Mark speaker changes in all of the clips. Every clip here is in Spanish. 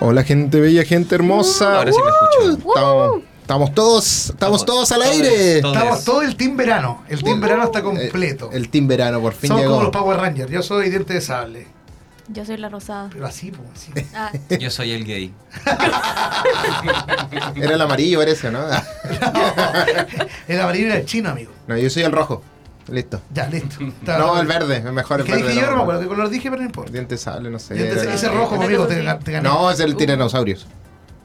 Speaker 1: Hola gente bella, gente hermosa.
Speaker 2: Ahora sí me escucho.
Speaker 1: Estamos, estamos todos, estamos todos al aire.
Speaker 2: Todos.
Speaker 3: Estamos todo el team verano. El team verano está completo.
Speaker 1: Eh, El team verano por fin
Speaker 3: Somos como
Speaker 1: llegó.
Speaker 3: los Power Rangers. Yo soy diente de sable.
Speaker 4: Yo soy la rosada.
Speaker 3: Pero así, pues. así.
Speaker 4: Ah,
Speaker 2: Yo soy el gay.
Speaker 1: Era el amarillo parece, ¿no? Ah,
Speaker 3: El amarillo era el chino, amigo.
Speaker 1: No, yo soy el rojo. Listo.
Speaker 3: Ya, listo. Está-
Speaker 1: No, el verde, es mejor el
Speaker 3: ¿Qué dije
Speaker 1: verde.
Speaker 3: yo? No me
Speaker 1: no,
Speaker 3: acuerdo qué color dije, pero no importa.
Speaker 1: Diente sable, no sé.
Speaker 3: Dientes-
Speaker 1: era-
Speaker 3: ese rojo, amigo, te, te gané. Uh.
Speaker 1: No, es el tiranosaurios.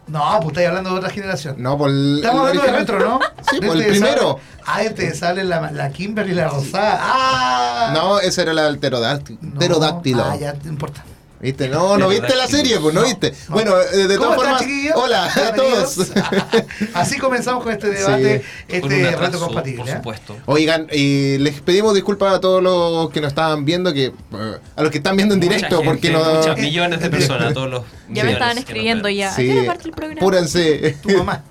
Speaker 3: No, pues estáis hablando de otra generación.
Speaker 1: No, por el.
Speaker 3: Estamos
Speaker 1: el
Speaker 3: hablando de
Speaker 1: original.
Speaker 3: retro, ¿no?
Speaker 1: Sí, pues, el
Speaker 3: Diente de sable.
Speaker 1: primero.
Speaker 3: Ah, este de sable, la, la Kimberly, la rosada. ¡Ah!
Speaker 1: No, ese era el alterodáctilo.
Speaker 3: No.
Speaker 1: pterodáctilo.
Speaker 3: Ah, ya, no importa.
Speaker 1: ¿Viste? No, no viste la
Speaker 2: Pterodáctilo.
Speaker 1: serie, pues no,
Speaker 3: No,
Speaker 1: viste.
Speaker 3: no.
Speaker 1: Bueno, eh, de todas
Speaker 3: ¿Cómo están,
Speaker 1: formas.
Speaker 3: chiquillos?
Speaker 1: Hola a
Speaker 3: Bienvenidos.
Speaker 1: todos.
Speaker 3: Así comenzamos con este debate,
Speaker 2: Con un
Speaker 3: este
Speaker 2: atraso,
Speaker 3: reto compatible.
Speaker 2: Por
Speaker 3: ¿eh?
Speaker 2: supuesto.
Speaker 1: Oigan, y les pedimos disculpas a todos los que nos estaban viendo, que eh, a los que están viendo en
Speaker 2: Mucha
Speaker 1: directo,
Speaker 2: gente,
Speaker 1: porque no.
Speaker 2: Muchas millones de personas, todos los.
Speaker 4: ya me
Speaker 2: millones que
Speaker 4: estaban
Speaker 2: nos
Speaker 4: escribiendo
Speaker 2: ven.
Speaker 4: Eh, ya. ¿A qué
Speaker 1: Sí,
Speaker 4: hora parte el programa?
Speaker 1: apúrense.
Speaker 3: Tu mamá.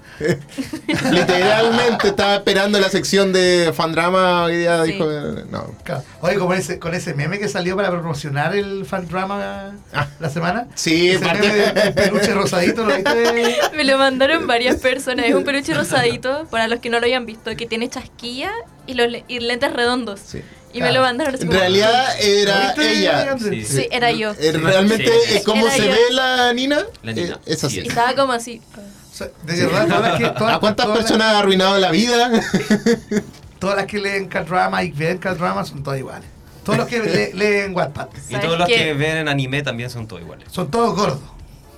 Speaker 1: Literalmente estaba esperando la sección de fandrama hoy día
Speaker 4: Sí.
Speaker 1: dijo eh, no.
Speaker 3: Claro. Oye, con ese, con ese meme que salió para promocionar el fan drama
Speaker 1: Ah.
Speaker 3: la semana.
Speaker 1: Sí,
Speaker 3: ese
Speaker 1: parte-
Speaker 3: meme de- del peluche rosadito, ¿lo viste?
Speaker 4: Me lo mandaron varias personas. Es un peluche rosadito, para los que no lo hayan visto, que tiene chasquilla y, los le- y lentes redondos.
Speaker 1: Sí. Ah,
Speaker 4: Y me lo mandaron así
Speaker 1: En
Speaker 4: como-
Speaker 1: realidad era
Speaker 3: ¿Lo viste,
Speaker 1: ella.
Speaker 3: Andrés?
Speaker 2: Sí.
Speaker 4: Sí, era yo.
Speaker 1: Eh, Realmente
Speaker 2: Sí.
Speaker 1: eh, cómo
Speaker 4: Era
Speaker 1: se
Speaker 4: yo.
Speaker 1: ve la Nina,
Speaker 2: La Nina.
Speaker 1: eh, es así.
Speaker 4: Y estaba como así. "Ah,
Speaker 3: O sea, De verdad, todas las que, todas-
Speaker 1: ¿A cuántas
Speaker 3: todas las-
Speaker 1: personas ha arruinado la vida?
Speaker 3: todas las que leen cat drama y ven cat drama son todas iguales. Todos los que le- leen Wattpad
Speaker 2: Y
Speaker 4: ¿Sabes
Speaker 2: todos los
Speaker 4: qué?
Speaker 2: que ven anime también son todos iguales.
Speaker 3: son todos gordos.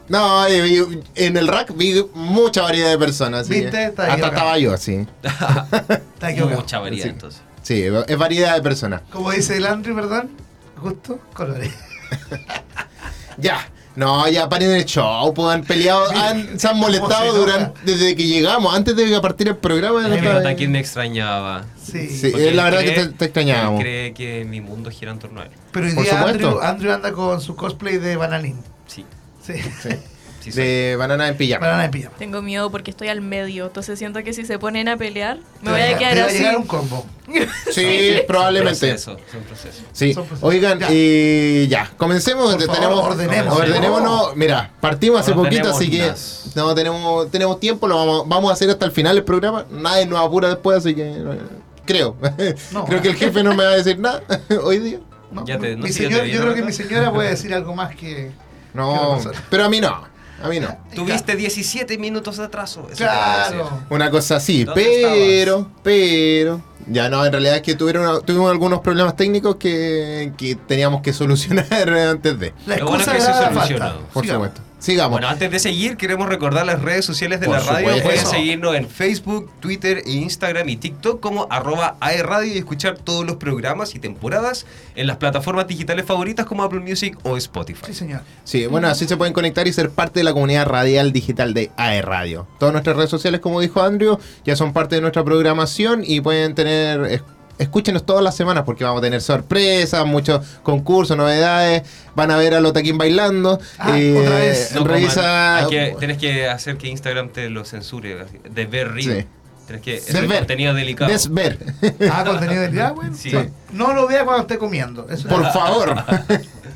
Speaker 1: No, eh, vi- en el rack vi mucha variedad de personas. así
Speaker 3: ¿Viste?
Speaker 1: que
Speaker 3: Está
Speaker 1: Hasta
Speaker 3: equivocado.
Speaker 1: estaba yo, sí.
Speaker 3: Está equivocado.
Speaker 2: Mucha variedad
Speaker 1: Sí.
Speaker 2: entonces.
Speaker 1: Sí, es variedad de personas.
Speaker 3: Como dice el Andrew, perdón, gusto, colores.
Speaker 1: Ya. No, ya paren el show, pues han peleado, han, se han molestado
Speaker 3: ¿Cómo se enoja?
Speaker 1: durante, desde que llegamos, antes de partir el programa.
Speaker 2: Es que
Speaker 1: estaba-
Speaker 2: nota quién me extrañaba.
Speaker 3: Sí.
Speaker 1: Sí.
Speaker 2: Porque
Speaker 1: Eh, la
Speaker 2: él
Speaker 1: verdad que te- te extrañábamos.
Speaker 2: él Cree que mi mundo gira en torno a él.
Speaker 3: Pero hoy
Speaker 1: Por
Speaker 3: día
Speaker 1: supuesto.
Speaker 3: Andrew, Andrew anda con su cosplay de Bananín.
Speaker 2: Sí,
Speaker 3: Sí.
Speaker 1: Sí,
Speaker 2: sí soy.
Speaker 1: de banana en pijama.
Speaker 3: Banana en pijama.
Speaker 4: Tengo miedo porque estoy al medio. Entonces siento que si se ponen a pelear, me
Speaker 3: Te
Speaker 4: voy
Speaker 3: va-
Speaker 4: a quedar
Speaker 3: te va
Speaker 4: así.
Speaker 3: llegar un combo.
Speaker 1: Sí, probablemente.
Speaker 2: Es un proceso, es un proceso.
Speaker 1: Sí.
Speaker 3: Son procesos.
Speaker 1: Oigan,
Speaker 3: Ya.
Speaker 1: eh, ya, comencemos.
Speaker 3: Por favor,
Speaker 1: tenemos,
Speaker 3: ordenemos.
Speaker 1: ordenémonos. Mira, partimos hace poquito, así que
Speaker 2: Ordenémonos.
Speaker 1: no tenemos, tenemos tiempo, lo vamos, vamos a hacer hasta el final del programa. Nadie nos apura después, así que eh, creo.
Speaker 3: No.
Speaker 1: creo que el jefe no me va a decir nada hoy día.
Speaker 3: No,
Speaker 2: Ya te- no,
Speaker 3: mi
Speaker 2: sí, ya te
Speaker 3: señor-
Speaker 2: vi,
Speaker 3: yo
Speaker 2: ¿no?
Speaker 3: creo que mi señora puede decir algo más que.
Speaker 1: No,
Speaker 3: ¿Qué va a pasar?
Speaker 1: pero a mí no, a mí no.
Speaker 2: Tuviste 17 minutos de atraso. Eso te voy a decir.
Speaker 3: Claro.
Speaker 1: Una cosa así,
Speaker 2: ¿Dónde
Speaker 1: pero, pero. Ya no, en realidad es que tuvieron, tuvimos algunos problemas técnicos que, que teníamos que solucionar antes de.
Speaker 3: La
Speaker 2: Lo bueno es
Speaker 3: excusa
Speaker 2: que se
Speaker 3: era la
Speaker 2: solucionó.
Speaker 3: falta.
Speaker 1: Por
Speaker 3: Sigamos.
Speaker 1: supuesto. Sigamos.
Speaker 2: Ah, Bueno, antes de seguir, queremos recordar las redes sociales de
Speaker 1: Por
Speaker 2: la radio.
Speaker 1: supuesto.
Speaker 2: Pueden seguirnos en Facebook, Twitter, e Instagram y TikTok como arroba aerradio y escuchar todos los programas y temporadas en las plataformas digitales favoritas como Apple Music o Spotify.
Speaker 3: Sí, señor.
Speaker 1: Sí, bueno, así se pueden conectar y ser parte de la comunidad radial digital de AE Radio. Todas nuestras redes sociales, como dijo Andrew, ya son parte de nuestra programación y pueden tener... es- Escúchenos todas las semanas porque vamos a tener sorpresas, muchos concursos, novedades. Van a ver a Lotaquín bailando. eh,
Speaker 3: Ah, otra vez.
Speaker 2: No coman.
Speaker 1: revisa.
Speaker 2: Hay que- tienes que hacer que Instagram te lo censure. así, De ver río.
Speaker 1: Sí.
Speaker 2: Tienes que es
Speaker 1: Desver.
Speaker 2: contenido delicado.
Speaker 1: Desver.
Speaker 3: Ah, contenido del día, bueno.
Speaker 2: Sí.
Speaker 3: No lo vea cuando esté comiendo. Eso
Speaker 1: Por
Speaker 3: es.
Speaker 1: favor.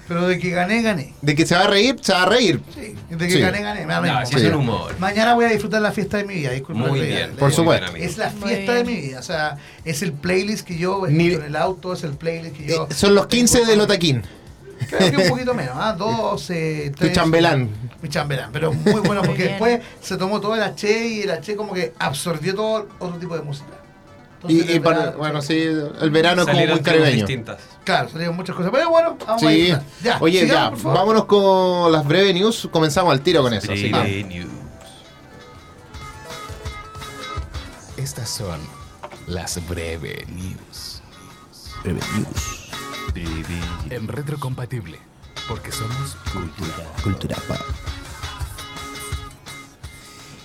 Speaker 3: Pero de que gané, gané.
Speaker 1: De que se va a reír, se va a reír.
Speaker 3: Sí. De que
Speaker 1: Sí.
Speaker 3: gané, gané. Me da lo
Speaker 2: No,
Speaker 3: mismo.
Speaker 2: si Ah, es un humor.
Speaker 3: Mañana voy a disfrutar la fiesta de mi vida, disculpa.
Speaker 2: Muy
Speaker 3: pero ya,
Speaker 2: bien.
Speaker 3: le-
Speaker 1: Por
Speaker 2: muy
Speaker 1: supuesto.
Speaker 2: bien, amigo.
Speaker 3: Es la
Speaker 4: Muy
Speaker 3: fiesta de mi
Speaker 4: bien.
Speaker 3: vida, o sea, es el playlist que yo
Speaker 1: Ni-
Speaker 3: escucho en el auto, es el playlist que
Speaker 1: Eh,
Speaker 3: yo...
Speaker 1: son los 15 de Lotaquín.
Speaker 3: Creo que un poquito menos, ¿ah? 12, 13.
Speaker 1: chambelán.
Speaker 3: Mi chambelán, pero muy bueno
Speaker 4: Muy
Speaker 3: porque
Speaker 4: bien.
Speaker 3: después se tomó todo el H y el H como que absorbió todo otro tipo de música. Entonces,
Speaker 1: Y, y
Speaker 3: el
Speaker 1: para-
Speaker 3: verano-
Speaker 1: bueno, sí, el verano es como
Speaker 2: Salieron
Speaker 1: muy
Speaker 2: tribus
Speaker 1: caribeño.
Speaker 2: distintas.
Speaker 3: Claro, salieron muchas cosas, pero bueno, vamos a
Speaker 1: Sí.
Speaker 3: disfrutar. Ya,
Speaker 1: Oye,
Speaker 3: sigamos, por
Speaker 1: ya,
Speaker 3: favor.
Speaker 1: vámonos con las breves news. Comenzamos al tiro con eso. así que-
Speaker 2: Brave News.
Speaker 5: Estas son las breve news. Breve news. En retrocompatible, porque somos cultura. Cultura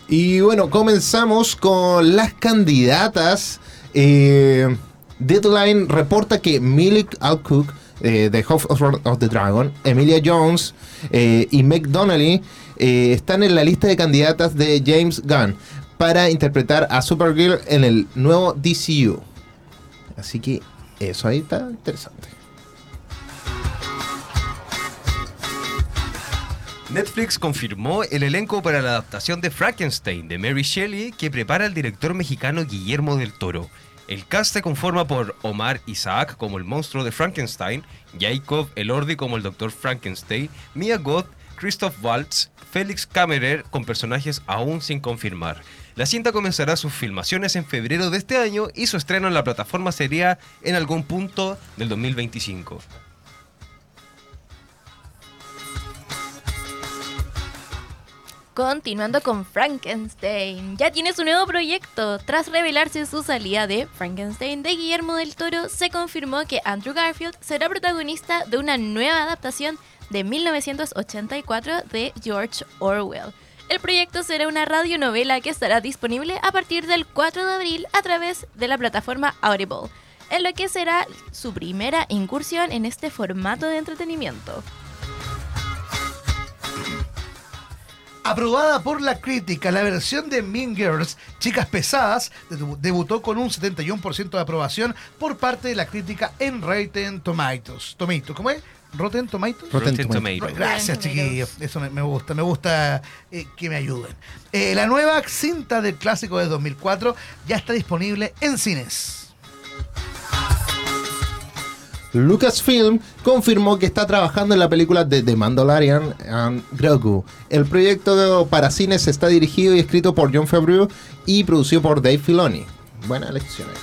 Speaker 1: Y bueno, comenzamos con las candidatas. Eh, Deadline reporta que Milik Alcook eh, de House of, of the Dragon, Emilia Jones eh, y Meg Donnelly eh, están en la lista de candidatas de James Gunn para interpretar a Supergirl en el nuevo DCU. Así que eso ahí está interesante.
Speaker 2: Netflix confirmó el elenco para la adaptación de Frankenstein de Mary Shelley que prepara el director mexicano Guillermo del Toro. El cast se conforma por Omar Isaac como el monstruo de Frankenstein, Jacob Elordi como el doctor Frankenstein, Mia Goth, Christoph Waltz, Félix Kammerer con personajes aún sin confirmar. La cinta comenzará sus filmaciones en febrero de este año y su estreno en la plataforma sería en algún punto del 2025.
Speaker 4: Continuando con Frankenstein, ya tiene su nuevo proyecto. Tras revelarse su salida de Frankenstein de Guillermo del Toro, se confirmó que Andrew Garfield será protagonista de una nueva adaptación de 1984 de George Orwell. El proyecto será una radionovela que estará disponible a partir del 4 de abril a través de la plataforma Audible, en lo que será su primera incursión en este formato de entretenimiento.
Speaker 3: Aprobada por la crítica, la versión de Mean Girls, Chicas Pesadas, debu- debutó con un 71% de aprobación por parte de la crítica en Rotten Tomatoes. Tomito, ¿cómo es? Rotten Tomatoes.
Speaker 1: Rotten
Speaker 2: Rotten
Speaker 1: Tomatoes.
Speaker 2: Tomatoes.
Speaker 3: Gracias,
Speaker 4: Bien,
Speaker 3: chiquillos. Eso me, me gusta, me gusta eh, que me ayuden. Eh, la nueva cinta del clásico de 2004 ya está disponible en cines.
Speaker 1: Lucasfilm confirmó que está trabajando en la película de The Mandalorian and Grogu. El proyecto de- para cines está dirigido y escrito por John Favreau y producido por Dave Filoni. Buena elección. eh.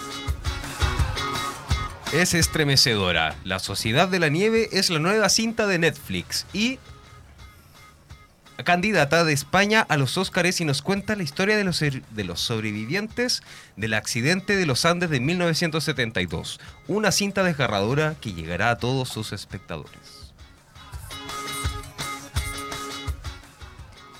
Speaker 2: Es estremecedora. La Sociedad de la Nieve es la nueva cinta de Netflix y candidata de España a los Óscares y nos cuenta la historia de los, er- de los sobrevivientes del accidente de los Andes de 1972. Una cinta desgarradora que llegará a todos sus espectadores.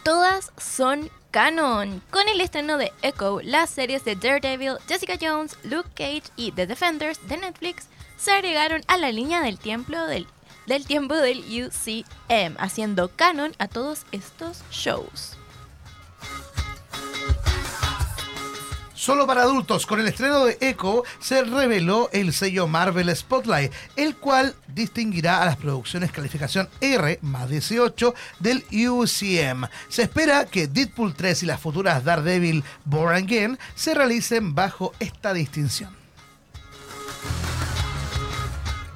Speaker 4: Todas son canon. Con el estreno de Echo, las series de Daredevil, Jessica Jones, Luke Cage y The Defenders de Netflix se agregaron a la línea del tiempo del, del tiempo del UCM, haciendo canon a todos estos shows.
Speaker 3: Solo para adultos, con el estreno de Echo se reveló el sello Marvel Spotlight, el cual distinguirá a las producciones calificación R más 18 del UCM. Se espera que Deadpool 3 y las futuras Daredevil Born Again se realicen bajo esta distinción.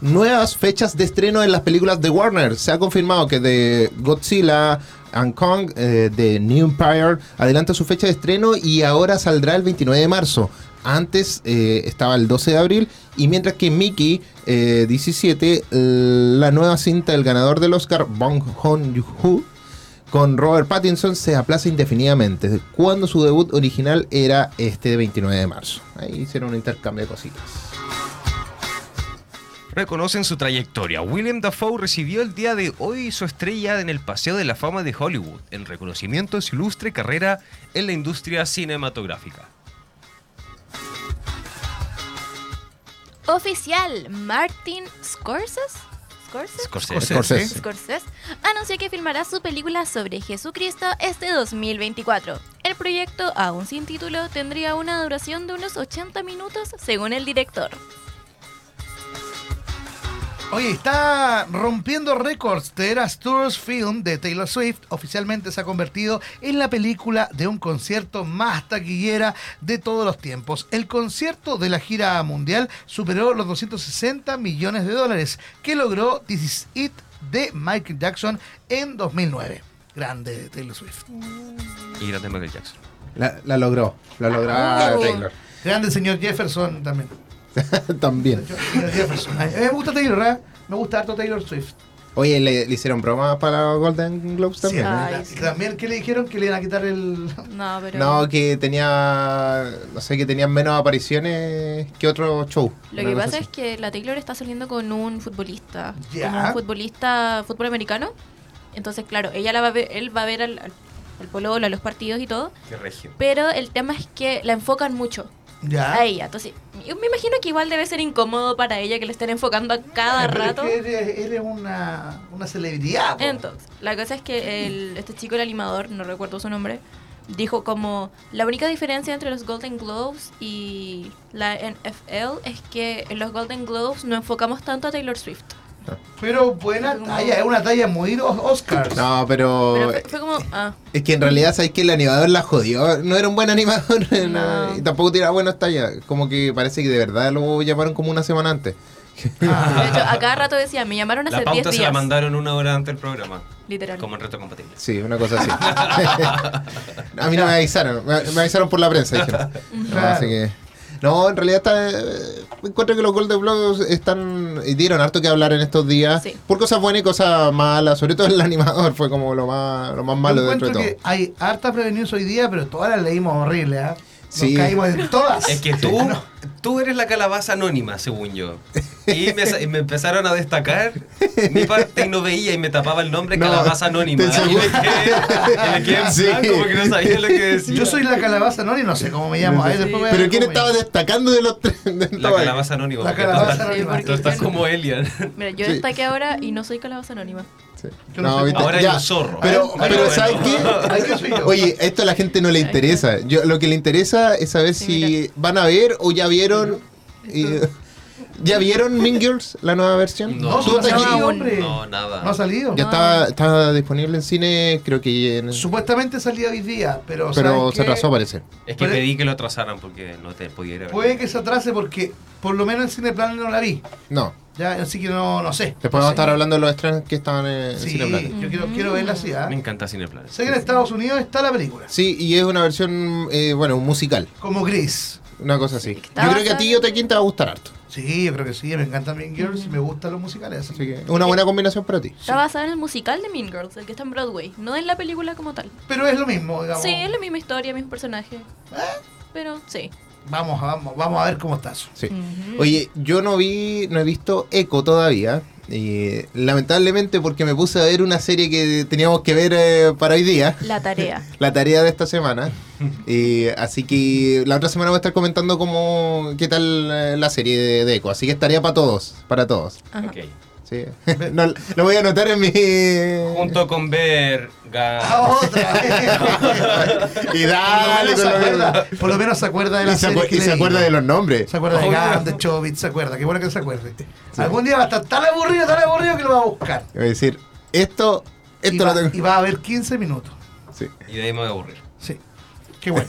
Speaker 1: Nuevas fechas de estreno en las películas de Warner. Se ha confirmado que de Godzilla and Kong eh, de New Empire adelanta su fecha de estreno y ahora saldrá el 29 de marzo. Antes eh, estaba el 12 de abril y mientras que Mickey eh, 17, la nueva cinta del ganador del Oscar, Bong Joon-ho, con Robert Pattinson se aplaza indefinidamente, cuando su debut original era este 29 de marzo. Ahí hicieron un intercambio de cositas.
Speaker 2: Reconocen su trayectoria. William Dafoe recibió el día de hoy su estrella en el Paseo de la Fama de Hollywood, en reconocimiento de su ilustre carrera en la industria cinematográfica.
Speaker 4: Oficial, Martin Scorsese, Scorsese,
Speaker 2: Scorsese.
Speaker 1: Scorsese.
Speaker 4: Scorsese anunció que filmará su película sobre Jesucristo este 2024. El proyecto, aún sin título, tendría una duración de unos 80 minutos según el director.
Speaker 3: Oye, está rompiendo récords. The Eras Tours Film de Taylor Swift oficialmente se ha convertido en la película de un concierto más taquillera de todos los tiempos. El concierto de la gira mundial superó los 260 millones de dólares que logró This Is It de Michael Jackson en 2009. Grande Taylor Swift.
Speaker 2: Y grande Michael Jackson.
Speaker 1: La, la logró, la logró
Speaker 4: Ah,
Speaker 1: Taylor.
Speaker 3: Grande señor Jefferson también.
Speaker 1: También.
Speaker 3: Señor Jefferson. Ay, Me gusta Taylor, ¿eh? Me gusta harto Taylor Swift.
Speaker 1: Oye, le, le hicieron broma para Golden Globes también.
Speaker 4: Sí,
Speaker 1: ¿eh?
Speaker 4: Ay,
Speaker 3: Y También que le dijeron que le iban a quitar el...
Speaker 4: No, pero
Speaker 1: No, que tenía. No sé, que tenían menos apariciones que otro show.
Speaker 4: lo
Speaker 1: Una
Speaker 4: que
Speaker 1: cosa
Speaker 4: pasa
Speaker 1: así.
Speaker 4: es que la Taylor está saliendo con un futbolista,
Speaker 3: Ya.
Speaker 4: como un futbolista fútbol americano. Entonces, claro, ella la va a ver, él va a ver al, al, al pololo, a los partidos y todo,
Speaker 2: Qué regio.
Speaker 4: pero el tema es que la enfocan mucho.
Speaker 3: Ya.
Speaker 4: a ella. Entonces, yo me imagino que igual debe ser incómodo para ella que le estén enfocando a cada
Speaker 3: Pero es
Speaker 4: rato.
Speaker 3: que eres, eres una, una celebridad. po.
Speaker 4: Entonces, la cosa es que el- este chico, el animador, no recuerdo su nombre, dijo como la única diferencia entre los Golden Globes y la NFL es que en los Golden Globes no enfocamos tanto a Taylor Swift.
Speaker 3: Pero buena talla, es una talla muy o- Oscars.
Speaker 1: No, pero.
Speaker 4: Pero fue, fue como. Ah,
Speaker 1: Es que en realidad, ¿sabes que El animador la jodió. No era un buen animador. no, Y tampoco "Ah, tiraba buenas tallas. Como que parece que de verdad lo llamaron como una semana antes.
Speaker 4: de hecho, a cada rato decía, me llamaron
Speaker 2: La
Speaker 4: hace
Speaker 2: pauta
Speaker 4: 10
Speaker 2: se la
Speaker 4: días.
Speaker 2: mandaron una hora antes del programa.
Speaker 4: Literal.
Speaker 2: Como en reto compatible.
Speaker 1: Sí, una cosa así. a mí no me avisaron. Me, me avisaron por la prensa, dijeron. No,
Speaker 3: Claro.
Speaker 1: así que. No, en realidad está, eh, encuentro que los Golden Globes están y dieron harto que hablar en estos días
Speaker 4: Sí.
Speaker 1: por cosas buenas y cosas malas, sobre todo el animador fue como lo más lo más malo
Speaker 3: Yo
Speaker 1: dentro de
Speaker 3: encuentro
Speaker 1: todo.
Speaker 3: que hay hartas prevenidos hoy día, pero todas las leímos horrible, ¿ah? Nos
Speaker 1: Sí.
Speaker 3: caímos en todas.
Speaker 2: Es que tú, tú eres la calabaza anónima, según yo. Y me, sa- me empezaron a destacar mi parte y no veía y me tapaba el nombre
Speaker 1: No,
Speaker 2: calabaza anónima.
Speaker 1: te
Speaker 2: Y me quedé, y me quedé en
Speaker 1: Sí.
Speaker 2: blanco porque no sabía lo que decía.
Speaker 3: Yo soy la calabaza, ¿no? Y no sé cómo me llamo. Ahí después voy a
Speaker 1: Pero
Speaker 3: ver
Speaker 1: quién
Speaker 3: cómo me
Speaker 1: estaba
Speaker 3: llamo.
Speaker 1: destacando de los tres. De
Speaker 2: la
Speaker 1: todo?
Speaker 2: calabaza anónima.
Speaker 3: La
Speaker 2: porque tú
Speaker 3: calabaza
Speaker 2: estás-
Speaker 3: anónima.
Speaker 2: Tú estás como Elian.
Speaker 4: Mira, yo
Speaker 1: Sí.
Speaker 4: destaqué ahora y no soy calabaza anónima.
Speaker 3: Yo no sé
Speaker 1: ¿viste?
Speaker 3: cómo-
Speaker 2: Ahora hay un zorro.
Speaker 1: Pero,
Speaker 3: Ah,
Speaker 2: Ahora
Speaker 1: pero
Speaker 2: bueno.
Speaker 1: ¿sabes
Speaker 3: Ahí
Speaker 1: qué?
Speaker 3: yo soy yo.
Speaker 1: Oye, esto a la gente no le interesa. Yo, lo que le interesa es saber
Speaker 4: Sí,
Speaker 1: si van a ver o ya vieron. y- ¿Ya vieron Mean Girls, la nueva versión?
Speaker 3: No,
Speaker 1: ¿Tú,
Speaker 3: no ha
Speaker 1: Taji?
Speaker 3: salido,
Speaker 4: aún.
Speaker 3: hombre.
Speaker 2: No, nada.
Speaker 3: No ha salido.
Speaker 1: Ya estaba, estaba disponible en cine, creo que en-
Speaker 3: Supuestamente salía hoy día, pero.
Speaker 1: pero
Speaker 3: ¿saben
Speaker 1: se
Speaker 3: qué?
Speaker 1: atrasó parece.
Speaker 2: Es que
Speaker 3: Pero-
Speaker 2: pedí que lo atrasaran porque no te podía ir a ver.
Speaker 3: Puede que se atrase porque por lo menos en Cineplan no la vi.
Speaker 1: No,
Speaker 3: Ya, así que no, no sé.
Speaker 1: después vamos a
Speaker 3: No sé.
Speaker 1: estar hablando de los estrenos que estaban en
Speaker 3: Sí,
Speaker 1: Cineplanet.
Speaker 3: yo quiero, quiero verla así. ¿ah?
Speaker 2: Me encanta Cineplanet.
Speaker 3: Sé que en Estados Unidos está la película.
Speaker 1: Sí, y es una versión, eh, bueno, un musical,
Speaker 3: Como Gris.
Speaker 1: una cosa así.
Speaker 4: Está
Speaker 1: Yo creo que a ti y
Speaker 4: basada-
Speaker 1: Otequín te va a gustar harto.
Speaker 3: Sí, yo creo que sí. Me encantan bien Girls y me gustan los musicales. Así
Speaker 1: Así
Speaker 3: que.
Speaker 1: que una buena combinación para ti.
Speaker 4: Está basada en el musical de Mean Girls, el que está en Broadway. No es la película como tal.
Speaker 3: Pero es lo mismo, digamos.
Speaker 4: Sí, es la misma historia, mismo personaje.
Speaker 1: ¿Eh?
Speaker 4: Pero sí.
Speaker 3: Vamos, a- vamos, vamos a ver cómo está eso.
Speaker 1: Sí.
Speaker 4: Ujú.
Speaker 1: Oye, yo no vi, no he visto Echo todavía. Y, lamentablemente porque me puse a ver una serie que teníamos que ver eh, para hoy día.
Speaker 4: La tarea.
Speaker 1: La tarea de esta semana. Y, así que la otra semana voy a estar comentando cómo, qué tal eh, la serie de, de Echo. Así que es tarea para todos, para todos.
Speaker 4: Ajá.
Speaker 2: Ok.
Speaker 1: Sí. No, lo voy a anotar en mi...
Speaker 2: Junto con Verga.
Speaker 3: ¡Ah, otra vez!
Speaker 1: Y
Speaker 3: Por lo
Speaker 1: dale con
Speaker 3: menos se
Speaker 1: lo
Speaker 3: acuerda- Por lo menos se acuerda de la
Speaker 1: Y se,
Speaker 3: serie
Speaker 1: acu-
Speaker 3: que
Speaker 1: y
Speaker 3: le
Speaker 1: se
Speaker 3: dimos.
Speaker 1: acuerda de los nombres.
Speaker 3: Se acuerda de
Speaker 2: Obvio.
Speaker 3: Gant, de Chobit, se acuerda. Qué bueno que se acuerde. Algún día va a estar tan aburrido, tan aburrido que lo va a buscar.
Speaker 1: Voy a decir, esto, esto
Speaker 3: y,
Speaker 1: lo
Speaker 3: va,
Speaker 1: tengo.
Speaker 3: y va a haber 15 minutos.
Speaker 1: Sí.
Speaker 2: Y de ahí me voy a aburrir.
Speaker 3: Sí. Qué bueno.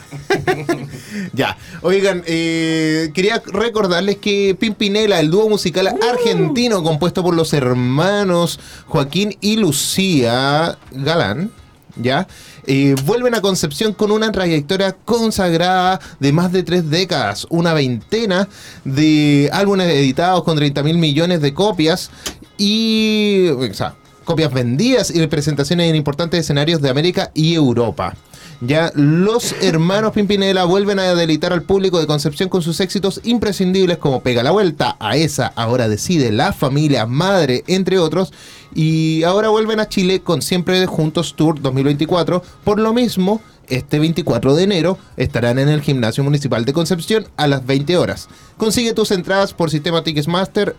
Speaker 1: Ya, oigan, eh, quería recordarles que Pimpinela, el dúo musical argentino compuesto por los hermanos Joaquín y Lucía Galán, ya, eh, vuelven a Concepción con una trayectoria consagrada de más de tres décadas, una veintena de álbumes editados con 30 mil millones de copias y, o sea, copias vendidas y presentaciones en importantes escenarios de América y Europa. Ya los hermanos Pimpinela vuelven a deleitar al público de Concepción con sus éxitos imprescindibles como Pega la Vuelta, a esa ahora decide la familia, madre, entre otros. Y ahora vuelven a Chile con Siempre Juntos Tour 2024. Por lo mismo, este 24 de enero estarán en el Gimnasio Municipal de Concepción a las 20 horas. Consigue tus entradas por sistema Ticketmaster.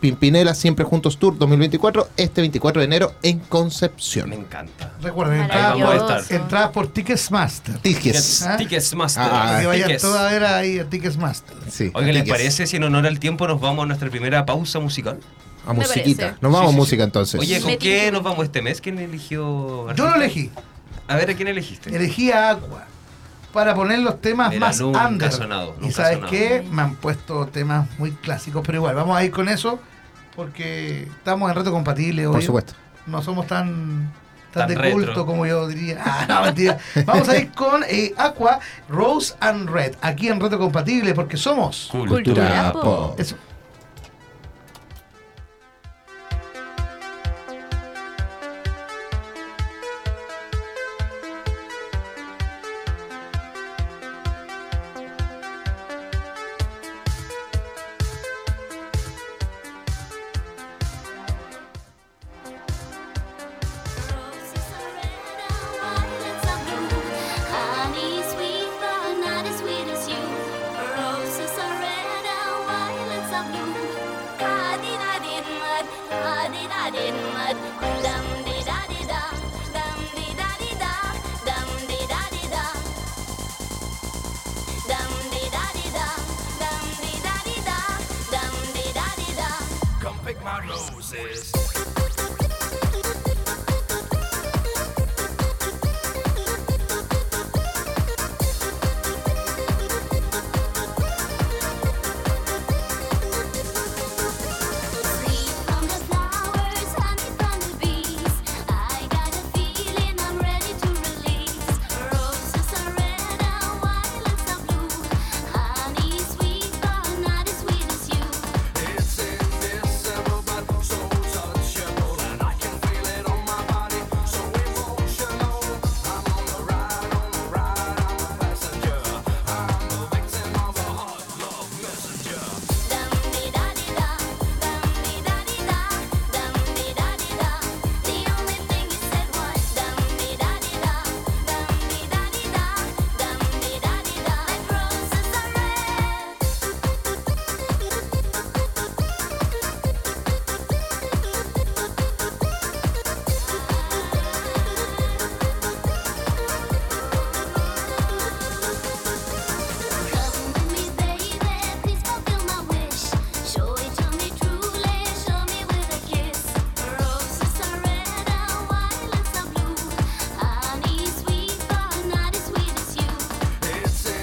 Speaker 1: Pimpinela Siempre Juntos Tour 2024, este 24 de enero en
Speaker 2: Me
Speaker 1: Concepción.
Speaker 2: encanta.
Speaker 3: Recuerden,
Speaker 4: Ahí
Speaker 3: entradas
Speaker 2: vamos a
Speaker 3: por,
Speaker 2: estar.
Speaker 3: entradas por Ticketsmaster.
Speaker 1: Tickets.
Speaker 2: Tickets,
Speaker 3: ¿Ah?
Speaker 2: tickets Master.
Speaker 1: Ah,
Speaker 3: Para que vayan
Speaker 2: Tickets.
Speaker 3: toda ver ahí a Ticketsmaster.
Speaker 1: Sí,
Speaker 2: Oiga, ¿les
Speaker 1: tickets.
Speaker 2: parece si en honor al tiempo nos vamos a nuestra primera pausa musical?
Speaker 1: A
Speaker 4: Me
Speaker 1: musiquita.
Speaker 4: parece.
Speaker 1: Nos vamos
Speaker 2: Sí,
Speaker 1: a
Speaker 2: sí, sí.
Speaker 1: música entonces.
Speaker 2: Oye, ¿con
Speaker 4: Me
Speaker 2: qué
Speaker 4: tinca.
Speaker 2: nos vamos este mes? ¿Quién eligió?
Speaker 3: Yo
Speaker 2: artista?
Speaker 3: lo elegí.
Speaker 2: A ver, ¿a quién elegiste?
Speaker 3: Elegí a Aqua para poner los temas
Speaker 2: Mira,
Speaker 3: más
Speaker 2: nunca
Speaker 3: under.
Speaker 2: ha sonado,
Speaker 3: y
Speaker 2: nunca ha
Speaker 3: sabes
Speaker 2: sonado.
Speaker 3: qué, me han puesto temas muy clásicos, pero igual, vamos a ir con eso porque estamos en reto compatible hoy.
Speaker 1: Por supuesto.
Speaker 3: No somos tan tan,
Speaker 2: Tan
Speaker 3: de
Speaker 2: retro.
Speaker 3: culto como yo diría. Ah, no, mentira. Vamos a ir con eh, Aqua, Rose and Red, aquí en Reto Compatible, porque somos.
Speaker 4: Cultura pop.
Speaker 3: Eso.
Speaker 6: Roses are red and violets are blue. Honey is sweet, but not as sweet as you. Roses are red and violets are blue. I did, I did, mud. I did, I did, mud. Dum dee da dee da, dum dee da dee da, dum dee da dee da, dum dee da dee da, dum dee da dee da, dum dee da dee da.
Speaker 5: Come pick my rose.
Speaker 3: entonces.
Speaker 6: Sweet from the flowers, honey from the bees. I got a feeling I'm ready to release. Roses are red and violets are blue. Honey sweet, but not as sweet as you. Dum di da di da, dum di da di da, dum di da di da. The only thing you said was dum di da di da, dum di da di da, dum di da di da. And roses are red. Come with me, baby, please fulfill my wish. Show it to me truly, show me with a kiss. Roses are red and violets are blue. Honey sweet, but not as sweet as you.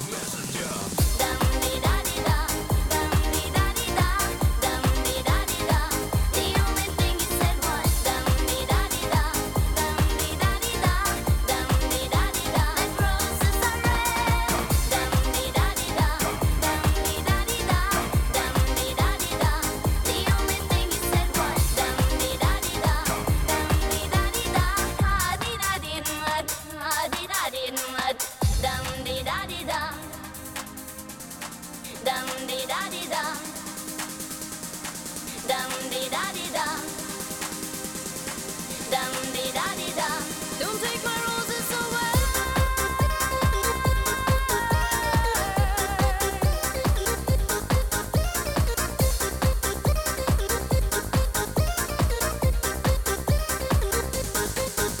Speaker 6: Dum di da di da, dum di da di da, dum di da di da. The only thing you said was dum di da di da, dum di da di da, dum di da di da. And roses are red. Dum di da di da, dum di da di da, dum di da di da. The only thing you said was dum di da di da, dum di da di da. Ah di da di da, ah di da di da, dum di da di da. Dum di da di da. Dum di da di da. Dum di da di da. Don't take my roses away.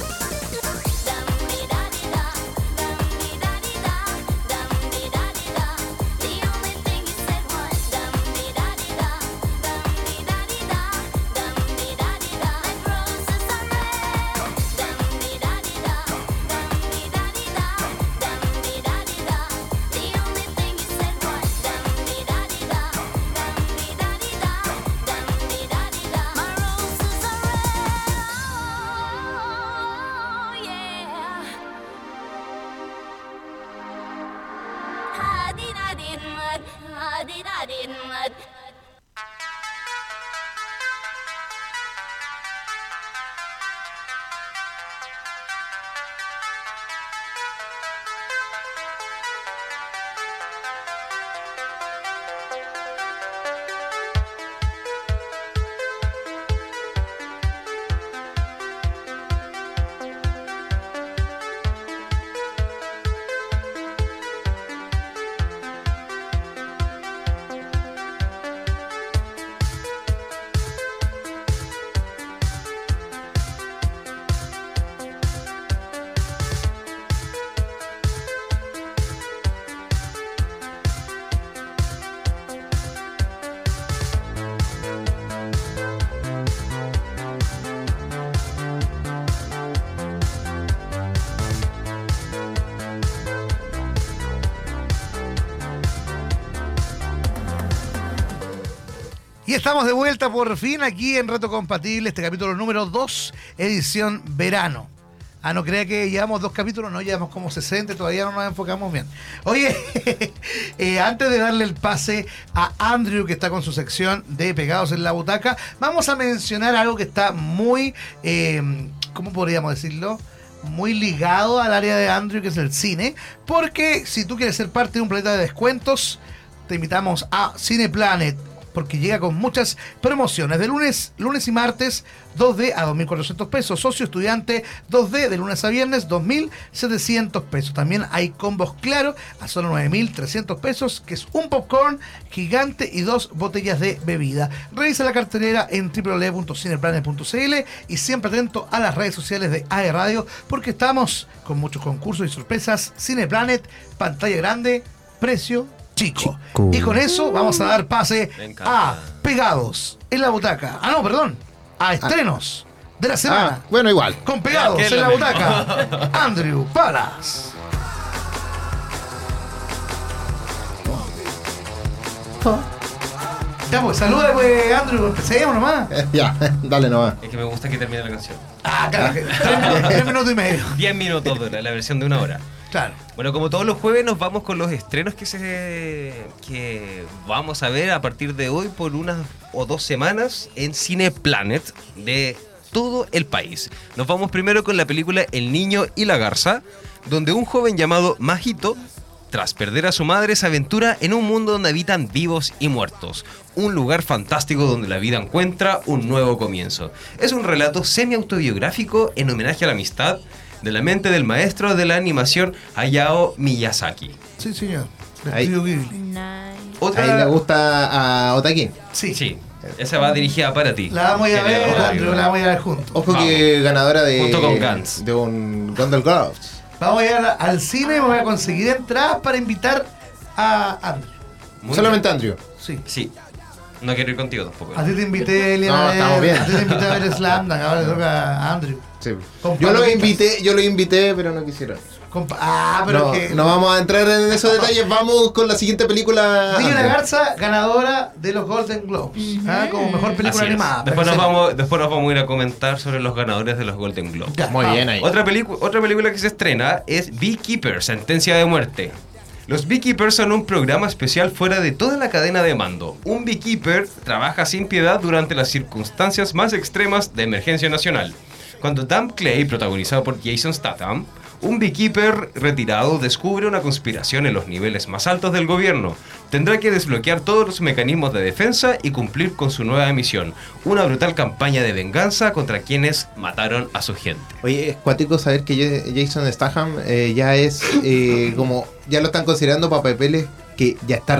Speaker 6: Dum di da di da, dum di da di da, dum di da di da. The only thing you said was dum di da di da, dum di da di da, dum di da di da. And roses are red. Dum di da di da, dum di da di da, dum di da di da. The only thing you said was dum di da di da, dum di da di da, dum di da di da. My roses are red. Oh yeah. I did, I did, I did, I did, I did.
Speaker 3: Y estamos de vuelta por fin aquí en Reto Compatible, este capítulo número 2, edición verano. Ah, no crea que llevamos dos capítulos, no, llevamos como 60, todavía no nos enfocamos bien. Oye, eh, antes de darle el pase a Andrew, que está con su sección de Pegados en la Butaca, vamos a mencionar algo que está muy, eh, ¿cómo podríamos decirlo? muy ligado al área de Andrew, que es el cine, porque si tú quieres ser parte de un planeta de descuentos, te invitamos a Cineplanet porque llega con muchas promociones. De lunes, lunes y martes, 2D a 2.400 pesos. Socio estudiante, 2D de lunes a viernes, 2.700 pesos. También hay combos claro a solo 9.300 pesos, que es un popcorn gigante y dos botellas de bebida. Revisa la cartelera en www.cineplanes.cl y siempre atento a las redes sociales de AE Radio, porque estamos con muchos concursos y sorpresas. Cineplanet, pantalla grande, precio chico.
Speaker 1: Chico.
Speaker 3: Y con eso vamos a dar pase
Speaker 2: Me encanta.
Speaker 3: a Pegados en la butaca. Ah, no, perdón. A estrenos de la semana.
Speaker 1: Ah, bueno, igual.
Speaker 3: Con Pegados
Speaker 2: ¿Qué es
Speaker 3: en
Speaker 2: lo
Speaker 3: la
Speaker 2: mismo?
Speaker 3: butaca. Andrew Palas. Ya, pues, saluda, pues, Andrew. Empecemos nomás.
Speaker 1: Ya, dale nomás.
Speaker 2: Es que me gusta que termine la canción.
Speaker 3: Ah, claro. Tres, tres minutos y medio.
Speaker 2: 10 minutos dura la versión de una hora.
Speaker 3: Claro.
Speaker 2: Bueno, como todos los jueves nos vamos con los estrenos que se que vamos a ver a partir de hoy por unas o dos semanas en Cine Planet de todo el país. Nos vamos primero con la película El niño y la garza, donde un joven llamado Majito tras perder a su madre, se aventura en un mundo donde habitan vivos y muertos. Un lugar fantástico donde la vida encuentra un nuevo comienzo. Es un relato semi-autobiográfico en homenaje a la amistad de la mente del maestro de la animación Hayao Miyazaki.
Speaker 3: Sí, señor. De
Speaker 1: Ahí.
Speaker 3: Estudio Ghibli.
Speaker 4: Nice.
Speaker 1: Ahí
Speaker 2: Otra...
Speaker 1: le gusta a Otaquín.
Speaker 3: Sí.
Speaker 2: Sí, esa va dirigida para ti.
Speaker 3: La vamos a ir a ver,
Speaker 2: Querido
Speaker 3: Andrew, la
Speaker 2: amigo.
Speaker 3: vamos a ir a ver juntos.
Speaker 1: Ojo
Speaker 2: Vamos.
Speaker 1: que ganadora de.
Speaker 2: Junto con Gantz.
Speaker 1: De un Gondel Gloves.
Speaker 3: Vamos a ir al- al cine y voy a conseguir entradas para invitar a Andrew.
Speaker 2: Muy
Speaker 1: Solamente Andrew.
Speaker 3: Sí.
Speaker 2: bien. Sí, no quiero ir contigo tampoco.
Speaker 3: A ti te invité, Eliana.
Speaker 1: No,
Speaker 3: a
Speaker 1: estamos
Speaker 3: ver-
Speaker 1: bien.
Speaker 3: A ti te invité a ver Slam Dunk, ahora le toca a Andrew.
Speaker 1: Sí.
Speaker 3: Con
Speaker 1: Yo lo
Speaker 3: palomitas.
Speaker 1: invité, yo lo invité, pero no quisieron.
Speaker 3: Compa- ah, pero
Speaker 1: No,
Speaker 3: es que.
Speaker 1: no vamos a entrar en esos detalles, vamos con la siguiente película.
Speaker 3: Niño La
Speaker 1: Andrew.
Speaker 3: Garza, ganadora de los Golden Globes. ¿ah? Como mejor
Speaker 2: Así
Speaker 3: película
Speaker 2: es.
Speaker 3: animada.
Speaker 2: Después
Speaker 3: para
Speaker 2: nos,
Speaker 3: que
Speaker 2: vamos, después nos vamos a ir a comentar sobre los ganadores de los Golden Globes.
Speaker 3: sepa. Ya,
Speaker 1: Muy
Speaker 3: vamos.
Speaker 1: bien ahí.
Speaker 2: Otra, pelicu- otra película que se estrena es Beekeeper, Sentencia de Muerte. Los Beekeepers son un programa especial fuera de toda la cadena de mando. Un Beekeeper trabaja sin piedad durante las circunstancias más extremas de emergencia nacional. Cuando Dan Clay, protagonizado por Jason Statham, un Beekeeper retirado descubre una conspiración en los niveles más altos del gobierno. Tendrá que desbloquear todos los mecanismos de defensa y cumplir con su nueva misión, una brutal campaña de venganza contra quienes mataron a su gente.
Speaker 1: Oye, Eh, es cuático saber que Ye- Jason Statham eh, ya es eh, como. Ya lo están considerando para papeles que ya está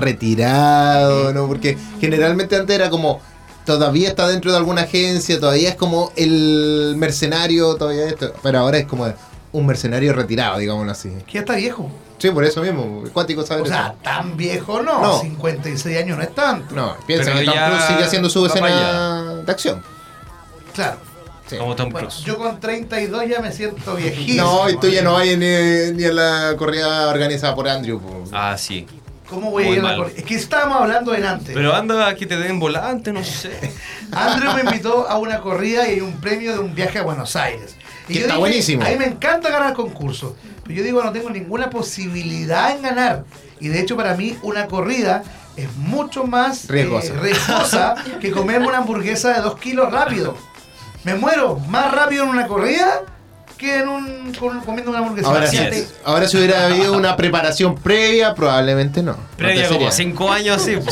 Speaker 1: retirado, ¿no? Porque generalmente antes era como. Todavía está dentro de alguna agencia, todavía es como el mercenario, todavía esto. Pero ahora es como un mercenario retirado, digámoslo así.
Speaker 3: Que ya está viejo.
Speaker 1: Sí, por eso mismo. es Cuático saber
Speaker 3: O sea,
Speaker 1: eso.
Speaker 3: tan viejo no.
Speaker 1: No.
Speaker 3: 56 años no es tanto.
Speaker 1: No, piensa
Speaker 2: Pero
Speaker 1: que Tom
Speaker 2: ya-
Speaker 1: Cruise sigue haciendo su
Speaker 2: va
Speaker 1: escena de acción.
Speaker 3: Claro.
Speaker 1: Sí.
Speaker 2: Como Tom
Speaker 3: Bueno,
Speaker 2: Cruise.
Speaker 3: yo con 32 ya me siento viejísimo.
Speaker 1: No, y tú ya no hay ni, ni en la corrida organizada por Andrew. po.
Speaker 2: Ah, sí.
Speaker 3: ¿Cómo voy a
Speaker 2: Muy
Speaker 3: ir a la
Speaker 2: mal.
Speaker 3: cor- Es que estábamos hablando delante.
Speaker 2: Pero anda a que te den volante, no sé.
Speaker 3: Andrew me invitó a una corrida y un premio de un viaje a Buenos Aires. Y
Speaker 1: Que está buenísimo.
Speaker 3: A mí me encanta ganar concursos. Pero yo digo, no tengo ninguna posibilidad en ganar. Y de hecho, para mí, una corrida es mucho más eh,
Speaker 1: Riesgosa.
Speaker 3: riesgosa que comerme una hamburguesa de dos kilos rápido. Me muero más rápido en una corrida que en un, con- comiendo una hamburguesa.
Speaker 1: Ahora,
Speaker 2: Así
Speaker 1: si,
Speaker 2: es.
Speaker 1: ahora si hubiera habido una preparación previa, probablemente no. No te
Speaker 2: Previa como
Speaker 1: sería.
Speaker 2: cinco años, sí, po.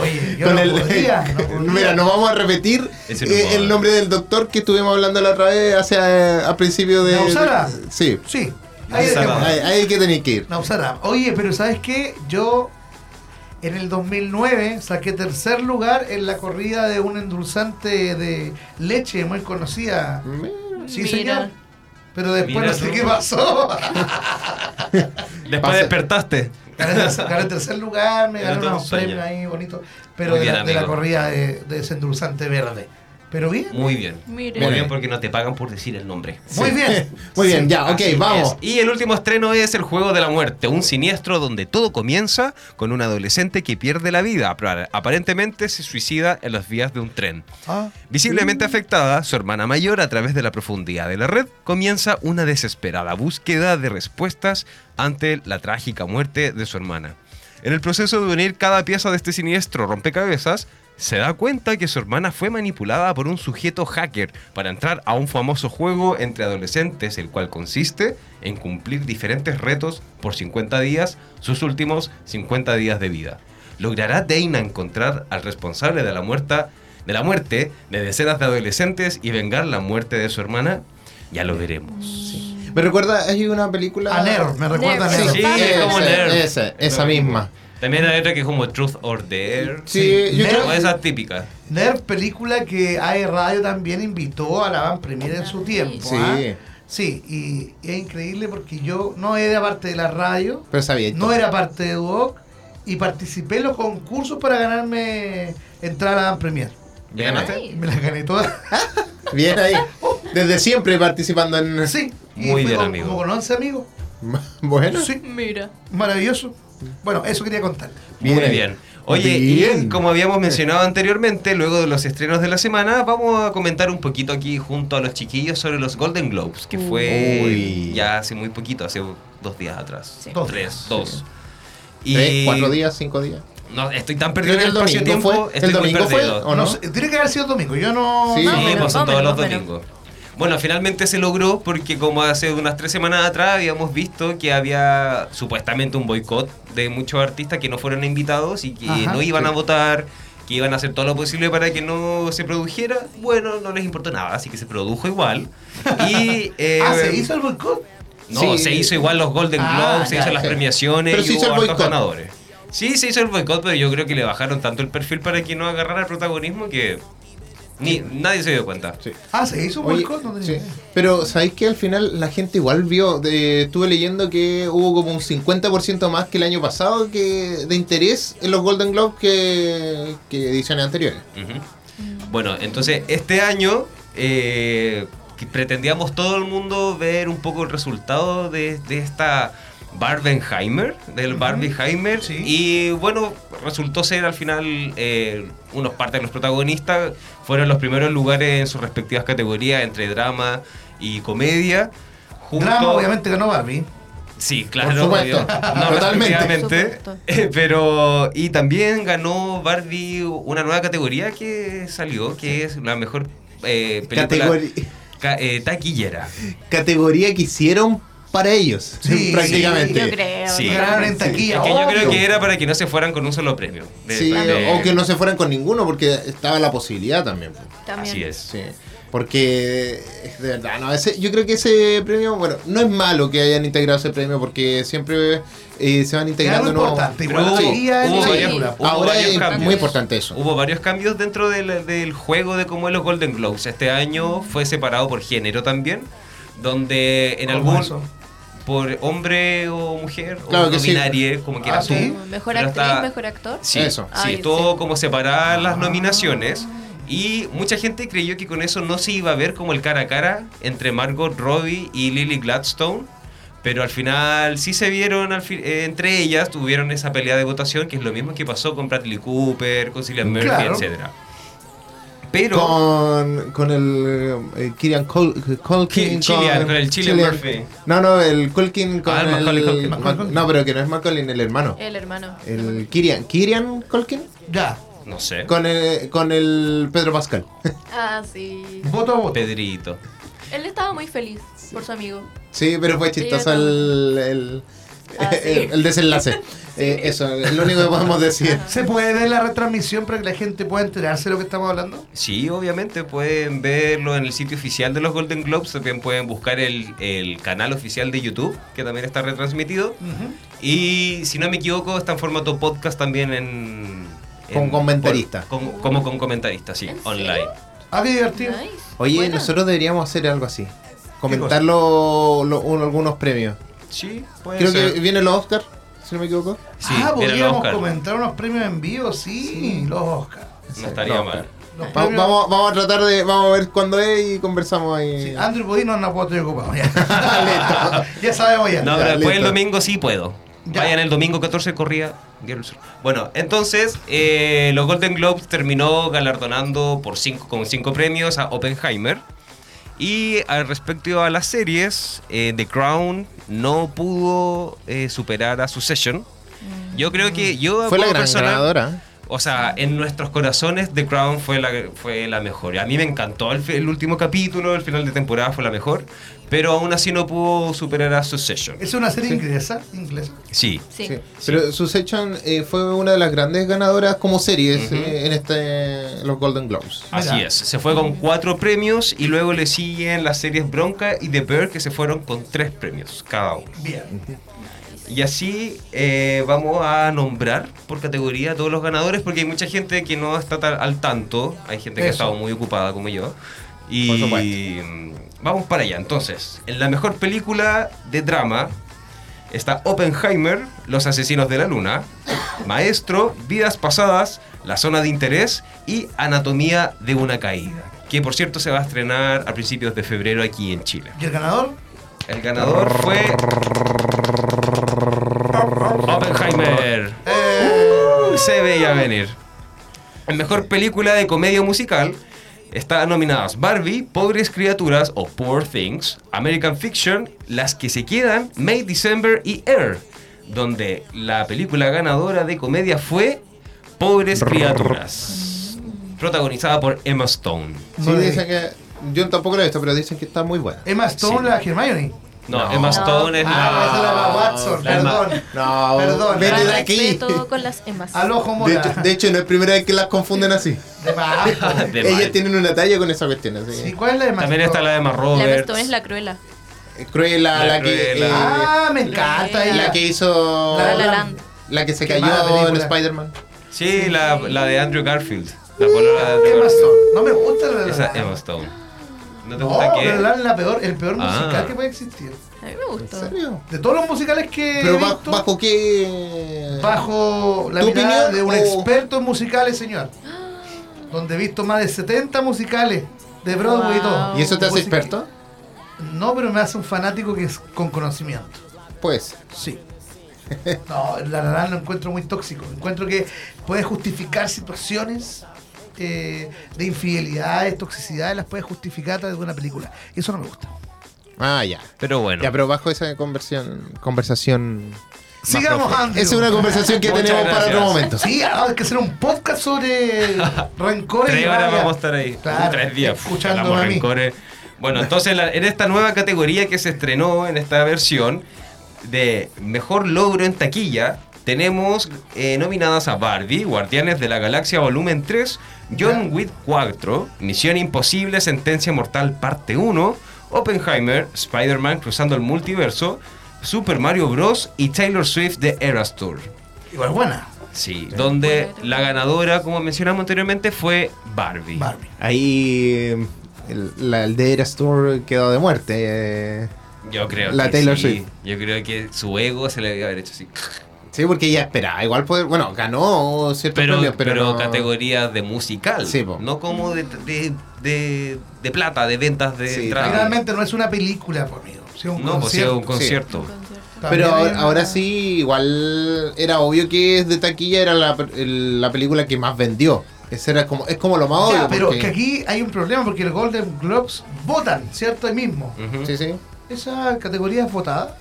Speaker 3: Oye, yo
Speaker 1: Con
Speaker 3: no
Speaker 1: el-
Speaker 3: podría, no podría.
Speaker 1: Mira, no vamos a repetir
Speaker 2: Ese
Speaker 1: eh,
Speaker 2: no puedo.
Speaker 1: el nombre del doctor que estuvimos hablando la otra vez hace a, a principio de.
Speaker 3: ¿Nausara?
Speaker 1: Sí.
Speaker 3: Sí, ahí
Speaker 2: Esa
Speaker 3: dejémoslo.
Speaker 2: Ah.
Speaker 1: Ahí, ahí que tenéis que ir.
Speaker 3: Nausara. Oye, pero ¿sabes qué? Yo en el 2009 saqué tercer lugar en la corrida de un endulzante de leche muy conocida. Sí,
Speaker 4: Mira.
Speaker 3: señor. Pero después
Speaker 2: Mira
Speaker 3: no sé
Speaker 2: tú.
Speaker 3: qué pasó.
Speaker 2: Después
Speaker 1: Pasa.
Speaker 2: despertaste.
Speaker 3: Gané tercer, gané tercer lugar, me
Speaker 2: Era
Speaker 3: gané
Speaker 2: todo
Speaker 3: unos
Speaker 2: un sueño.
Speaker 3: premios ahí bonitos. Pero
Speaker 2: Muy
Speaker 3: de, la,
Speaker 2: bien,
Speaker 3: de la
Speaker 2: amigo.
Speaker 3: corrida de, de ese endulzante verde. Pero bien,
Speaker 2: Muy bien.
Speaker 4: Mire.
Speaker 2: Muy bien, porque no te pagan por decir el nombre.
Speaker 3: muy
Speaker 1: Sí.
Speaker 3: bien.
Speaker 1: Muy bien, ya, ok,
Speaker 2: Así
Speaker 1: vamos.
Speaker 2: es. Y el último estreno es El Juego de la Muerte, un siniestro donde todo comienza con un adolescente que pierde la vida. Apar- Aparentemente se suicida en las vías de un tren.
Speaker 3: Ah,
Speaker 2: Visiblemente afectada, su hermana mayor, a través de la profundidad de la red, comienza una desesperada búsqueda de respuestas ante la trágica muerte de su hermana. En el proceso de unir cada pieza de este siniestro rompecabezas, se da cuenta que su hermana fue manipulada por un sujeto hacker para entrar a un famoso juego entre adolescentes, el cual consiste en cumplir diferentes retos por 50 días, sus últimos 50 días de vida. ¿Logrará Dana encontrar al responsable de la, muerta, de la muerte de decenas de adolescentes y vengar la muerte de su hermana? Ya lo veremos.
Speaker 1: Me recuerda, hay una película.
Speaker 3: A Nerf, me recuerda a
Speaker 4: Nerf.
Speaker 3: Nerf.
Speaker 2: Sí,
Speaker 4: Dale.
Speaker 2: es como
Speaker 1: esa,
Speaker 2: Nerf.
Speaker 1: esa, esa misma.
Speaker 2: También hay otra que es como Truth or Dare.
Speaker 1: Sí, yo
Speaker 3: Nerf.
Speaker 1: creo-
Speaker 2: O esa típica.
Speaker 3: Nerf, película que AE Radio también invitó a la van premier en su tiempo.
Speaker 1: Sí.
Speaker 3: ¿ah? Sí, y, y es increíble porque yo no era parte de la radio,
Speaker 1: Pero sabía.
Speaker 3: no era parte de Duoc y participé en los concursos para ganarme entrar a la van premier.
Speaker 2: ¿Ya
Speaker 1: Bien,
Speaker 2: ganaste?
Speaker 4: Sí.
Speaker 3: Me las gané todas.
Speaker 1: Bien ahí. Desde siempre participando en.
Speaker 3: Sí, y
Speaker 2: Muy
Speaker 3: fui
Speaker 2: bien,
Speaker 3: con-
Speaker 2: amigo.
Speaker 3: Como con 11 amigos.
Speaker 1: Bueno.
Speaker 3: Sí,
Speaker 4: Mira.
Speaker 3: maravilloso. Bueno, eso quería contar.
Speaker 2: Muy bien. Oye, y
Speaker 1: Bien.
Speaker 2: como habíamos mencionado anteriormente, luego de los estrenos de la semana, vamos a comentar un poquito aquí junto a los chiquillos sobre los Golden Globes, que fue
Speaker 1: Uy.
Speaker 2: ya hace muy poquito, hace dos días atrás.
Speaker 4: Sí.
Speaker 3: Dos
Speaker 2: Tres, dos.
Speaker 1: Tres, cuatro días, cinco días.
Speaker 2: No, estoy tan
Speaker 1: Creo
Speaker 2: perdido en
Speaker 1: que
Speaker 2: el
Speaker 1: el domingo
Speaker 2: espacio-tiempo.
Speaker 1: fue. ¿El
Speaker 2: estoy muy
Speaker 1: domingo fue
Speaker 2: perdido.
Speaker 1: o no?
Speaker 3: sé, tiene que haber sido domingo. Yo no.
Speaker 1: Sí.
Speaker 2: Sí,
Speaker 4: Más o menos,
Speaker 2: pues son
Speaker 4: más o
Speaker 2: todos los
Speaker 4: menos, más o menos.
Speaker 2: domingos. Bueno, finalmente se logró porque como hace unas tres semanas atrás habíamos visto que había supuestamente un boicot de muchos artistas que no fueron invitados y que
Speaker 3: Ajá,
Speaker 2: no iban
Speaker 1: sí.
Speaker 2: a votar, que iban a hacer todo lo posible para que no se produjera. Bueno, no les importó nada, así que se produjo igual. Y, eh,
Speaker 3: Ah, se hizo el boicot.
Speaker 2: No,
Speaker 1: Sí.
Speaker 2: se hizo igual los Golden
Speaker 3: Ah,
Speaker 2: Globes, se
Speaker 3: ya,
Speaker 2: hizo las
Speaker 1: ya.
Speaker 2: premiaciones
Speaker 1: Pero se
Speaker 2: y
Speaker 1: hizo
Speaker 2: hubo
Speaker 1: el
Speaker 2: hartos
Speaker 1: boicot.
Speaker 2: ganadores. Sí, se hizo el boicot, pero yo creo que le bajaron tanto el perfil para que no agarrara protagonismo que ni nadie se dio cuenta.
Speaker 1: Sí.
Speaker 3: Ah, se hizo un
Speaker 1: Oye,
Speaker 3: boicot. No tenía
Speaker 1: sí.
Speaker 3: idea.
Speaker 1: Pero ¿sabéis que al final la gente igual vio? De- estuve leyendo que hubo como un 50% más que el año pasado que de interés en los Golden Globes que, que ediciones anteriores.
Speaker 2: Ujú. Bueno, entonces este año eh, que pretendíamos todo el mundo ver un poco el resultado de, de esta Barbenheimer, del Barbenheimer.
Speaker 3: sí.
Speaker 2: Y bueno, resultó ser al final eh, unos partes de los protagonistas fueron los primeros lugares en sus respectivas categorías entre drama y comedia. junto-
Speaker 3: Drama, obviamente, ganó Barbie.
Speaker 2: Sí, claro.
Speaker 1: Por supuesto.
Speaker 2: obvio. No,
Speaker 1: Totalmente.
Speaker 2: respectivamente.
Speaker 4: Por
Speaker 2: Pero, y también ganó Barbie una nueva categoría que salió, que es la mejor eh, película
Speaker 1: Categori-
Speaker 2: ca- eh, taquillera.
Speaker 1: categoría que hicieron para ellos,
Speaker 3: Sí,
Speaker 1: prácticamente.
Speaker 4: Yo creo.
Speaker 2: Sí.
Speaker 4: yo
Speaker 3: Ganaron
Speaker 4: creo.
Speaker 3: en taquilla.
Speaker 2: Es que yo creo
Speaker 3: obvio.
Speaker 2: que era para que no se fueran con un solo premio. De-
Speaker 1: Sí,
Speaker 2: de-
Speaker 1: o que no se fueran con ninguno porque estaba la posibilidad también. pues.
Speaker 4: También.
Speaker 2: Así es.
Speaker 1: Sí, porque eh, de verdad, no, ese- yo creo que ese premio, bueno, no es malo que hayan integrado ese premio porque siempre eh, se van
Speaker 3: Era
Speaker 1: integrando
Speaker 3: algo
Speaker 1: nuevos.
Speaker 3: importante.
Speaker 2: Pero
Speaker 3: Igual la
Speaker 2: hubo-
Speaker 3: taquilla en
Speaker 2: hubo
Speaker 3: la
Speaker 4: varios-
Speaker 3: película.
Speaker 2: hubo
Speaker 1: Ahora
Speaker 2: varios
Speaker 1: es
Speaker 2: cambios.
Speaker 1: muy importante eso.
Speaker 2: Hubo varios cambios dentro del, del juego de cómo es los Golden Globes. Este año fue separado por género también, donde en
Speaker 3: ¿Cómo
Speaker 2: algún...
Speaker 3: eso?
Speaker 2: Por hombre o mujer, o
Speaker 1: Claro que
Speaker 2: no
Speaker 1: sí. Ah,
Speaker 2: binario, como quieras
Speaker 3: sí.
Speaker 2: tú.
Speaker 4: Como Mejor
Speaker 2: Pero
Speaker 4: actriz,
Speaker 2: está-
Speaker 4: mejor actor.
Speaker 2: Sí,
Speaker 1: Eso.
Speaker 2: sí,
Speaker 4: Ay,
Speaker 2: estuvo
Speaker 4: sí.
Speaker 2: como separadas las nominaciones. Y mucha gente creyó que con eso no se iba a ver como el cara a cara entre Margot Robbie y Lily Gladstone. Pero al final sí se vieron al fi- eh, entre ellas, tuvieron esa pelea de votación, que es lo mismo que pasó con Bradley Cooper, con Cillian Murphy,
Speaker 3: Claro.
Speaker 2: etcétera Pero
Speaker 1: Con, con el eh, Kieran Col- Culkin.
Speaker 2: Ki- Cillian, con el Cillian
Speaker 1: Cillian-
Speaker 2: Murphy.
Speaker 1: No, no, el Culkin con
Speaker 2: Ah, el
Speaker 1: el.
Speaker 2: Macaulay Culkin.
Speaker 1: Mac- no, pero que no es Macaulay, el hermano.
Speaker 4: El hermano.
Speaker 1: El Kirian, Kirian Culkin
Speaker 3: Ya,
Speaker 2: no sé,
Speaker 1: con el, con el Pedro Pascal.
Speaker 4: Ah, sí.
Speaker 3: voto a voto.
Speaker 2: Pedrito.
Speaker 4: Él estaba muy feliz por su amigo.
Speaker 1: Sí, pero fue
Speaker 4: Sí,
Speaker 1: chistoso
Speaker 4: yo
Speaker 1: el, el,
Speaker 4: Ah, sí.
Speaker 1: el- el desenlace. Eh, eso, es lo único que podemos decir.
Speaker 3: ¿Se puede ver la retransmisión para que la gente pueda enterarse de lo que estamos hablando?
Speaker 2: Sí, obviamente pueden verlo en el sitio oficial de los Golden Globes, también pueden buscar el, el canal oficial de YouTube, que también está retransmitido. Y si no me equivoco, está en formato podcast también en...
Speaker 1: Con
Speaker 2: en-
Speaker 1: comentarista.
Speaker 2: por- con- como con comentarista, sí,
Speaker 4: ¿En
Speaker 2: online.
Speaker 3: Ah, qué divertido.
Speaker 4: Nice.
Speaker 1: Oye,
Speaker 4: Buena.
Speaker 1: nosotros deberíamos hacer algo así. Comentar lo- lo- un- algunos premios.
Speaker 2: Sí, puede
Speaker 1: Creo
Speaker 2: ser.
Speaker 1: que vienen los Oscars, si no me equivoco.
Speaker 2: Sí,
Speaker 3: ah,
Speaker 2: vienen los
Speaker 3: podríamos
Speaker 2: Oscar.
Speaker 3: comentar unos premios en vivo, sí, los Oscar.
Speaker 2: No estaría
Speaker 1: No,
Speaker 2: mal.
Speaker 3: Los
Speaker 4: Ah,
Speaker 1: Va-
Speaker 3: premios-
Speaker 1: vamos, vamos a tratar de, vamos a ver cuándo es y conversamos ahí.
Speaker 2: eh.
Speaker 1: Ah,
Speaker 3: Sí, Andrew Podino no puedo estoy ocupado. Ya, Listo. Ya sabemos ya.
Speaker 2: No,
Speaker 1: Ya,
Speaker 2: pero después el
Speaker 1: listo.
Speaker 2: domingo sí puedo.
Speaker 3: Ya.
Speaker 2: Vayan el domingo 14 corría. Diablo Sur. Bueno, entonces eh, los Golden Globes terminó galardonando por cinco, con 5 premios a Oppenheimer. Y al respecto a las series, eh, The Crown no pudo eh, superar a Succession. Yo creo que yo
Speaker 1: Fue la
Speaker 2: como
Speaker 1: gran
Speaker 2: persona-
Speaker 1: ganadora.
Speaker 2: O sea, en nuestros corazones The Crown fue la, fue la mejor. A mí me encantó el, fi- el último capítulo, el final de temporada fue la mejor, pero aún así no pudo superar a Succession.
Speaker 3: Es una serie inglesa, inglesa.
Speaker 2: Sí,
Speaker 4: Sí.
Speaker 1: Sí. Pero Succession eh, fue una de las grandes ganadoras como series
Speaker 2: Ujú.
Speaker 1: eh, en este los Golden Globes.
Speaker 2: así es. Se fue con cuatro premios y luego le siguen las series Bronca y The Bear que se fueron con tres premios cada uno.
Speaker 3: Bien.
Speaker 2: Y así eh, vamos a nombrar por categoría a todos los ganadores, porque hay mucha gente que no está tan al tanto, hay gente que ha
Speaker 3: Eso.
Speaker 2: estado muy ocupada como yo. Y
Speaker 1: Por
Speaker 2: mm, vamos para allá, entonces, en la mejor película de drama está Oppenheimer, Los Asesinos de la Luna, Maestro, Vidas Pasadas, La Zona de Interés y Anatomía de una Caída, que por cierto se va a estrenar a principios de febrero aquí en Chile.
Speaker 3: ¿Y el ganador?
Speaker 2: El ganador fue. Oppenheimer.
Speaker 3: Eh,
Speaker 2: Uh, se veía venir. En mejor película de comedia musical están nominadas Barbie, Pobres Criaturas o Poor Things, American Fiction, Las que se quedan, May, December y Air, donde la película ganadora de comedia fue Pobres Criaturas, protagonizada por Emma Stone.
Speaker 1: Sí,
Speaker 3: No le-
Speaker 1: dicen que. Yo tampoco la he visto, pero dicen que está muy buena.
Speaker 3: Emma Stone,
Speaker 2: Sí.
Speaker 3: la Hermione.
Speaker 2: No, Emma Stone es
Speaker 3: Ah, esa es la
Speaker 2: la...
Speaker 3: Emma Watson,
Speaker 2: la Emma-
Speaker 3: perdón.
Speaker 1: No,
Speaker 3: Perdón.
Speaker 1: vete de
Speaker 4: Ahora
Speaker 1: aquí.
Speaker 4: respeto con las emas.
Speaker 3: Al ojo
Speaker 1: De
Speaker 3: mora.
Speaker 1: hecho, de hecho, no es primera vez que las confunden así.
Speaker 3: De bajo.
Speaker 2: de
Speaker 1: Ellas
Speaker 2: Mal.
Speaker 1: tienen una talla con esa cuestión. Así.
Speaker 3: Sí, ¿Cuál es la de Emma
Speaker 2: También está
Speaker 3: Stone?
Speaker 2: la de Emma
Speaker 4: La Emma
Speaker 2: Roberts.
Speaker 4: Stone es la cruela.
Speaker 1: Eh, Cruella,
Speaker 2: La
Speaker 1: la, que.
Speaker 2: Cruella.
Speaker 1: eh,
Speaker 3: Ah, me encanta.
Speaker 4: La-
Speaker 3: ella.
Speaker 1: la que hizo.
Speaker 4: La
Speaker 3: La
Speaker 4: La
Speaker 1: La,
Speaker 4: Land.
Speaker 1: que se
Speaker 3: Qué mala
Speaker 1: cayó en
Speaker 3: película.
Speaker 1: Spider-Man.
Speaker 2: Sí, la, la de Andrew Garfield. La polola de Andrew
Speaker 3: Emma
Speaker 2: Garfield.
Speaker 3: Stone. No me gusta la de
Speaker 2: Esa
Speaker 3: la
Speaker 2: es Emma Stone. ¿No te
Speaker 3: No,
Speaker 2: gusta
Speaker 3: la
Speaker 2: qué?
Speaker 3: de la, la peor, el peor
Speaker 2: Ah.
Speaker 3: musical que puede existir.
Speaker 4: A mí me
Speaker 1: ¿En
Speaker 4: gustó.
Speaker 1: serio?
Speaker 3: De todos los musicales que
Speaker 1: ¿Pero
Speaker 3: he
Speaker 1: ba-
Speaker 3: visto,
Speaker 1: bajo qué.?
Speaker 3: bajo la
Speaker 1: ¿Tu
Speaker 3: mirada
Speaker 1: opinión
Speaker 3: de un
Speaker 1: o-
Speaker 3: experto en musicales, señor. Donde he visto más de 70 musicales de Broadway y
Speaker 4: Wow.
Speaker 3: todo.
Speaker 1: ¿Y eso te hace
Speaker 3: Música-
Speaker 1: experto?
Speaker 3: No, pero me hace un fanático que es con conocimiento.
Speaker 1: Pues.
Speaker 3: Sí. No, la verdad lo encuentro muy tóxico. Encuentro que puede justificar situaciones eh, de infidelidades, toxicidades, las puede justificar a través de una película. Y eso no me gusta.
Speaker 1: Ah, ya.
Speaker 2: Pero bueno.
Speaker 1: Ya, pero bajo esa conversión, conversación.
Speaker 3: Sigamos,
Speaker 2: profundo.
Speaker 3: Andrew.
Speaker 1: Esa es una conversación que
Speaker 2: Muchas
Speaker 1: tenemos para otro
Speaker 2: gracias.
Speaker 1: momento.
Speaker 3: Sí, ah, hay que hacer un podcast sobre rencores. y
Speaker 2: Tres horas
Speaker 3: rabia.
Speaker 2: vamos a estar ahí.
Speaker 3: Claro,
Speaker 2: Tres días.
Speaker 3: escuchando
Speaker 2: Hablamos
Speaker 3: a mí.
Speaker 2: rencores. Bueno, entonces la- en esta nueva categoría que se estrenó en esta versión de mejor logro en taquilla, tenemos eh, nominadas a Barbie, Guardianes de la Galaxia Volumen 3, John Wick 4, Misión Imposible, Sentencia Mortal Parte 1, Oppenheimer, Spider-Man Cruzando el Multiverso, Super Mario Bros. y Taylor Swift de Eras Tour.
Speaker 3: Igual buena.
Speaker 2: Sí, donde la ganadora, como mencionamos anteriormente, fue Barbie.
Speaker 3: Barbie.
Speaker 1: Ahí eh, el- la aldera Store quedó de muerte. eh.
Speaker 2: Yo creo
Speaker 1: La
Speaker 2: que
Speaker 1: Taylor
Speaker 2: sí.
Speaker 1: Swift. Este
Speaker 2: Yo creo que su ego se le debe haber hecho así.
Speaker 1: Sí, porque ella esperaba. Igual poder. Bueno, ganó ciertos
Speaker 2: Pero,
Speaker 1: premios,
Speaker 2: pero,
Speaker 1: pero. no-
Speaker 2: categoría de musical.
Speaker 1: Sí, po.
Speaker 2: no como de, de, de, de plata, de ventas de
Speaker 1: Sí,
Speaker 2: entradas.
Speaker 3: Finalmente no es una película, por amigo. Sí, es un
Speaker 2: No, pues sí, es
Speaker 3: concierto.
Speaker 2: un concierto.
Speaker 1: Pero
Speaker 3: También
Speaker 1: ahora,
Speaker 3: hay
Speaker 1: ahora
Speaker 3: una-
Speaker 1: sí, igual era obvio que es de taquilla, era la, el- la película que más vendió. Ese era como, es como lo más
Speaker 3: Ya,
Speaker 1: obvio.
Speaker 3: pero
Speaker 1: porque-
Speaker 3: que aquí hay un problema porque los Golden Globes votan, ¿cierto? Ahí mismo.
Speaker 2: Ujú.
Speaker 1: Sí, sí.
Speaker 3: Esa categoría es votada.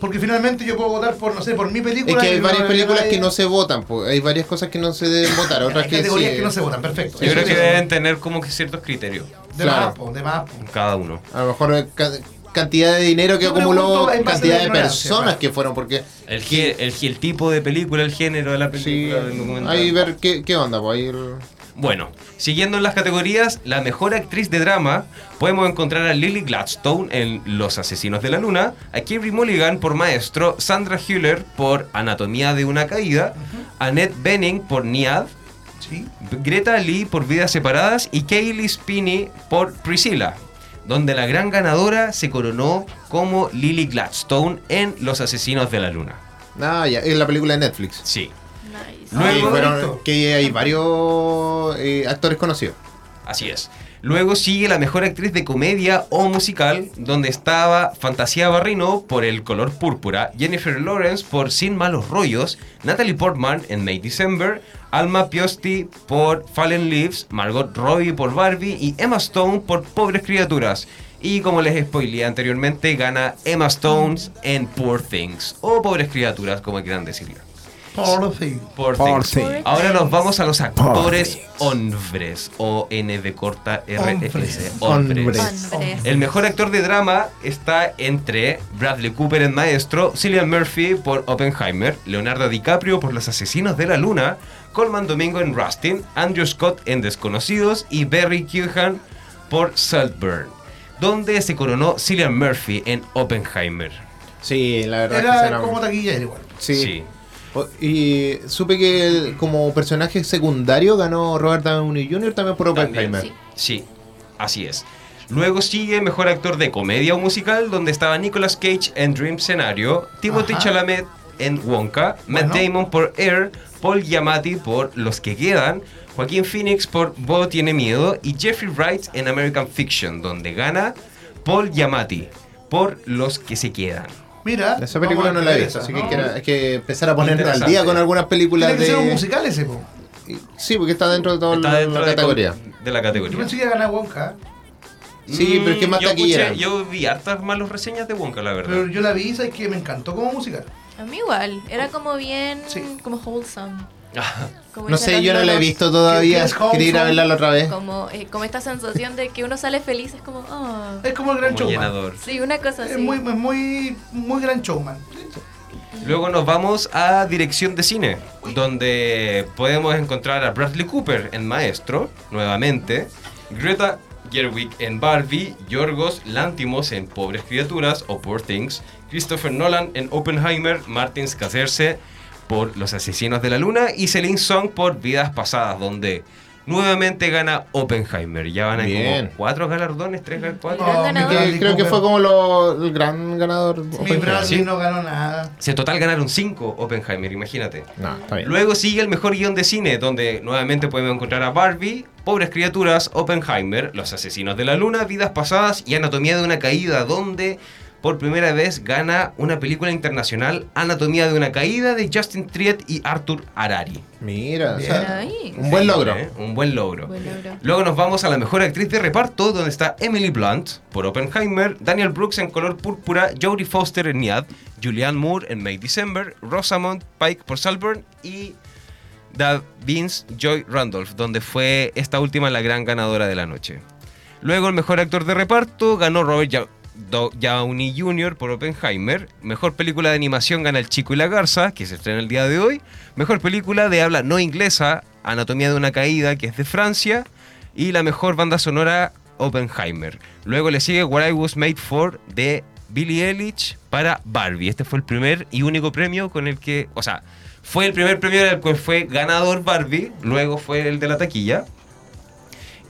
Speaker 3: Porque finalmente yo puedo votar por, no sé, por mi
Speaker 1: Es
Speaker 3: película.
Speaker 1: que hay
Speaker 3: y
Speaker 1: varias
Speaker 3: no-
Speaker 1: películas
Speaker 3: hay-
Speaker 1: que no se votan, pues, hay varias cosas que no se deben votar,
Speaker 3: Hay
Speaker 1: otras que sí.
Speaker 3: categorías que no se votan, perfecto.
Speaker 2: Yo
Speaker 1: Sí,
Speaker 2: creo
Speaker 1: sí,
Speaker 2: que
Speaker 1: sí.
Speaker 2: deben tener como que ciertos criterios
Speaker 3: De
Speaker 1: Claro.
Speaker 3: más, po, de más. po.
Speaker 2: cada uno.
Speaker 1: A lo mejor eh, ca- cantidad de dinero que
Speaker 3: Yo
Speaker 1: acumuló,
Speaker 3: pregunto en base a
Speaker 1: cantidad
Speaker 3: la
Speaker 1: de
Speaker 3: ignorancia,
Speaker 1: personas
Speaker 3: claro.
Speaker 1: que fueron, porque
Speaker 2: El, gé- el, gé- el tipo de película, el género de la
Speaker 1: sí,
Speaker 2: película, del documental.
Speaker 1: ahí ver qué, qué onda, pues ahí el-
Speaker 2: Bueno, siguiendo en las categorías, la mejor actriz de drama, podemos encontrar a Lily Gladstone en Los Asesinos de la Luna, a Kerry Mulligan por Maestro, Sandra Hüller por Anatomía de una Caída, Annette Bening por Niad,
Speaker 3: Sí.
Speaker 2: Greta Lee por Vidas Separadas y Kaylee Spinney por Priscilla, donde la gran ganadora se coronó como Lily Gladstone en Los Asesinos de la Luna.
Speaker 1: Ah, ya, es la película de Netflix.
Speaker 2: Sí.
Speaker 4: Nice.
Speaker 2: Luego-
Speaker 1: Que fueron-
Speaker 3: Correcto.
Speaker 1: que hay varios eh, actores conocidos.
Speaker 2: Así es. Luego sigue la mejor actriz de comedia o musical, donde estaba Fantasía Barrino por El color púrpura, Jennifer Lawrence por Sin malos rollos, Natalie Portman en May December, Alma Piosti por Fallen Leaves, Margot Robbie por Barbie y Emma Stone por Pobres Criaturas. Y como les spoileé anteriormente, gana Emma Stone en Poor Things o Pobres Criaturas, como quieran decirlo.
Speaker 3: Poor thing.
Speaker 2: Por
Speaker 7: Por
Speaker 2: things.
Speaker 7: things.
Speaker 2: Ahora nos vamos a los actores
Speaker 7: things.
Speaker 2: hombres o NB corta RFS.
Speaker 3: Hombres.
Speaker 2: Hombres.
Speaker 1: Hombres. Oh,
Speaker 4: Hombres.
Speaker 2: El mejor actor de drama está entre Bradley Cooper en Maestro, Cillian Murphy por Oppenheimer, Leonardo DiCaprio por Los Asesinos de la Luna, Colman Domingo en Rustin, Andrew Scott en Desconocidos y Barry Keoghan por Saltburn, donde se coronó Cillian Murphy en Oppenheimer.
Speaker 1: Sí, la verdad es que
Speaker 3: Era
Speaker 1: será-
Speaker 3: como taquillero igual.
Speaker 1: sí.
Speaker 2: sí.
Speaker 1: O- Y supe que el- como personaje secundario ganó Robert Downey Jr. también por
Speaker 2: También,
Speaker 1: Oppenheimer.
Speaker 4: sí.
Speaker 2: Sí, así es. Luego sigue Mejor Actor de Comedia o Musical, donde estaba Nicolas Cage en Dream Scenario, Timothy
Speaker 3: Ajá.
Speaker 2: Chalamet en Wonka, Matt
Speaker 3: Bueno.
Speaker 2: Damon por Air, Paul Giamatti por Los que quedan, Joaquín Phoenix por Bo tiene miedo y Jeffrey Wright en American Fiction, donde gana Paul Giamatti por Los que se quedan.
Speaker 3: Mira.
Speaker 1: Esa película no
Speaker 3: vamos a
Speaker 1: la he
Speaker 3: ver
Speaker 1: visto,
Speaker 3: esa,
Speaker 1: así
Speaker 3: ¿no?
Speaker 1: que quiera- hay que empezar a ponernos al día
Speaker 2: Interesante.
Speaker 1: con algunas películas
Speaker 3: Tiene que ser un
Speaker 1: de.
Speaker 3: musical ese, po.
Speaker 1: Sí, porque está dentro de toda
Speaker 2: Está
Speaker 1: la-
Speaker 2: dentro
Speaker 1: la
Speaker 2: de-
Speaker 1: categoría.
Speaker 2: de la
Speaker 3: Yo
Speaker 2: categoría.
Speaker 3: pensé que iba a ganar Wonka,
Speaker 1: Sí, pero es que
Speaker 2: Mm,
Speaker 1: más
Speaker 2: yo, escuché-
Speaker 1: taquillera.
Speaker 2: yo vi hartas malas reseñas de Wonka, la verdad.
Speaker 3: pero yo la vi y sabes que me encantó como musical.
Speaker 4: A mí igual, era como bien,
Speaker 3: Sí.
Speaker 4: como wholesome. Como
Speaker 1: No
Speaker 4: dicen
Speaker 1: sé,
Speaker 4: los
Speaker 1: yo no la he
Speaker 4: lolos,
Speaker 1: visto todavía.
Speaker 3: ¿Qué- qué es
Speaker 1: Quería ir a
Speaker 3: Homefront?
Speaker 1: verla la otra vez.
Speaker 4: Como, eh, como esta sensación de que uno sale feliz, es como, oh.
Speaker 3: Es como el gran
Speaker 2: Como
Speaker 3: showman.
Speaker 2: llenador.
Speaker 4: Sí, una cosa así.
Speaker 3: Es muy, es muy, muy gran showman.
Speaker 2: Luego nos vamos a dirección de cine, donde podemos encontrar a Bradley Cooper en Maestro, nuevamente, Greta Gerwig en Barbie, Yorgos Lantimos en Pobres Criaturas o Poor Things, Christopher Nolan en Oppenheimer, Martin Scorsese por Los Asesinos de la Luna y Celine Song por Vidas Pasadas, donde nuevamente gana Oppenheimer. Ya van a
Speaker 1: Bien.
Speaker 2: como cuatro galardones, tres, gal- cuatro.
Speaker 4: Gran
Speaker 3: Oh, mi
Speaker 4: ganador.
Speaker 1: Que
Speaker 3: Bradley
Speaker 1: creo que
Speaker 3: Cooper.
Speaker 1: fue como lo- el gran ganador.
Speaker 3: Mi
Speaker 1: Oppenheimer.
Speaker 3: Bradley
Speaker 2: Sí.
Speaker 3: no ganó nada.
Speaker 2: Si en total ganaron cinco Oppenheimer, imagínate.
Speaker 1: No, está bien.
Speaker 2: Luego sigue el mejor guión de cine, donde nuevamente podemos encontrar a Barbie, Pobres Criaturas, Oppenheimer, Los Asesinos de la Luna, Vidas Pasadas y Anatomía de una Caída, donde por primera vez gana una película internacional Anatomía de una Caída de Justin Triet y Arthur Harari.
Speaker 1: Mira, o
Speaker 3: Bien.
Speaker 1: sea,
Speaker 4: Ahí.
Speaker 1: un buen logro.
Speaker 2: ¿Eh? Un buen logro.
Speaker 4: Buen logro.
Speaker 2: Luego nos vamos a la mejor actriz de reparto, donde está Emily Blunt por Oppenheimer, Daniel Brooks en Color Púrpura, Jodie Foster en Niad, Julianne Moore en May December, Rosamund Pike por Salburn y Dad Vince Joy Randolph, donde fue esta última la gran ganadora de la noche. Luego el mejor actor de reparto ganó Robert Ya- Do- Downey Jr. por Oppenheimer. Mejor película de animación gana El Chico y la Garza, que se estrena el día de hoy. Mejor película de habla no inglesa, Anatomía de una Caída, que es de Francia. Y la mejor banda sonora, Oppenheimer. Luego le sigue What I Was Made For de Billy Eilish para Barbie. Este fue el primer y único premio con el que, o sea, fue el primer premio del cual fue ganador Barbie, luego fue el de la taquilla.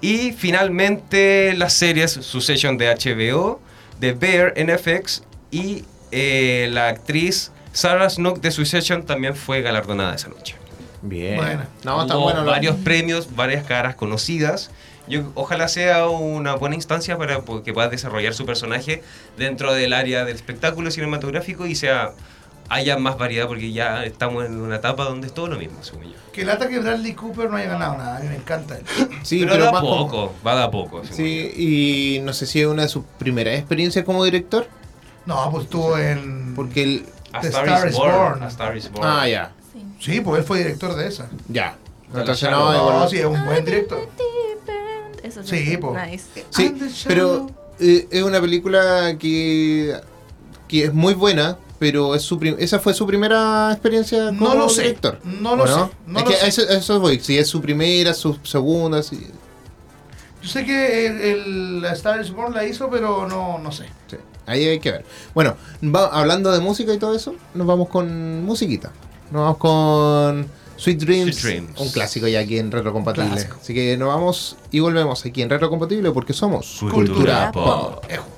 Speaker 2: Y finalmente las series Succession de HBO, The Bear en FX y eh, la actriz Sarah Snook de Succession también fue galardonada esa noche.
Speaker 1: Bien.
Speaker 3: Bueno.
Speaker 1: no, está
Speaker 2: Hubo
Speaker 1: bueno. lo-
Speaker 2: varios premios, varias caras conocidas. Yo, ojalá sea una buena instancia para po- que pueda desarrollar su personaje dentro del área del espectáculo cinematográfico y sea haya más variedad porque ya estamos en una etapa donde es todo lo mismo, según yo.
Speaker 3: Que lata que Bradley Cooper no haya ganado nada. A mí me encanta él.
Speaker 1: Sí,
Speaker 2: pero,
Speaker 1: pero,
Speaker 2: da
Speaker 1: más como-
Speaker 2: poco, va da poco. según
Speaker 1: Sí, y no sé si es una de sus primeras experiencias como director,
Speaker 3: No, pues estuvo en.
Speaker 1: porque él...
Speaker 2: yo. A
Speaker 3: The
Speaker 2: Star, is Born. A Star is Born.
Speaker 1: Ah, ya,
Speaker 4: Sí.
Speaker 3: Sí, pues él fue director de esa.
Speaker 1: ya.
Speaker 2: De
Speaker 1: Entonces
Speaker 2: la
Speaker 1: no,
Speaker 2: Shallow.
Speaker 1: Ah, igual-
Speaker 3: No, sí, es un buen director.
Speaker 4: Eso es
Speaker 3: Sí, po.
Speaker 4: nice.
Speaker 1: Sí,
Speaker 3: And the Shallow.
Speaker 1: pero eh, es una película que, que es muy buena, pero es su prim- esa fue su primera experiencia
Speaker 3: No
Speaker 1: como
Speaker 3: lo sé,
Speaker 1: director.
Speaker 3: no lo
Speaker 1: ¿o
Speaker 3: sé, no
Speaker 1: es
Speaker 3: lo
Speaker 1: que
Speaker 3: sé.
Speaker 1: a Eso, a eso voy, si es su primera, su segunda, si-
Speaker 3: Yo sé que el, el A Star is Born la hizo, pero no, no sé.
Speaker 1: sí, ahí hay que ver. Bueno, va- hablando de música y todo eso, nos vamos con musiquita. Nos vamos con Sweet Dreams,
Speaker 2: Sweet Dreams.
Speaker 1: un clásico ya aquí en Retrocompatible.
Speaker 3: Un clásico.
Speaker 1: Así que nos vamos y volvemos aquí en Retrocompatible porque somos
Speaker 2: Cultura
Speaker 1: Pop.
Speaker 3: Ejo.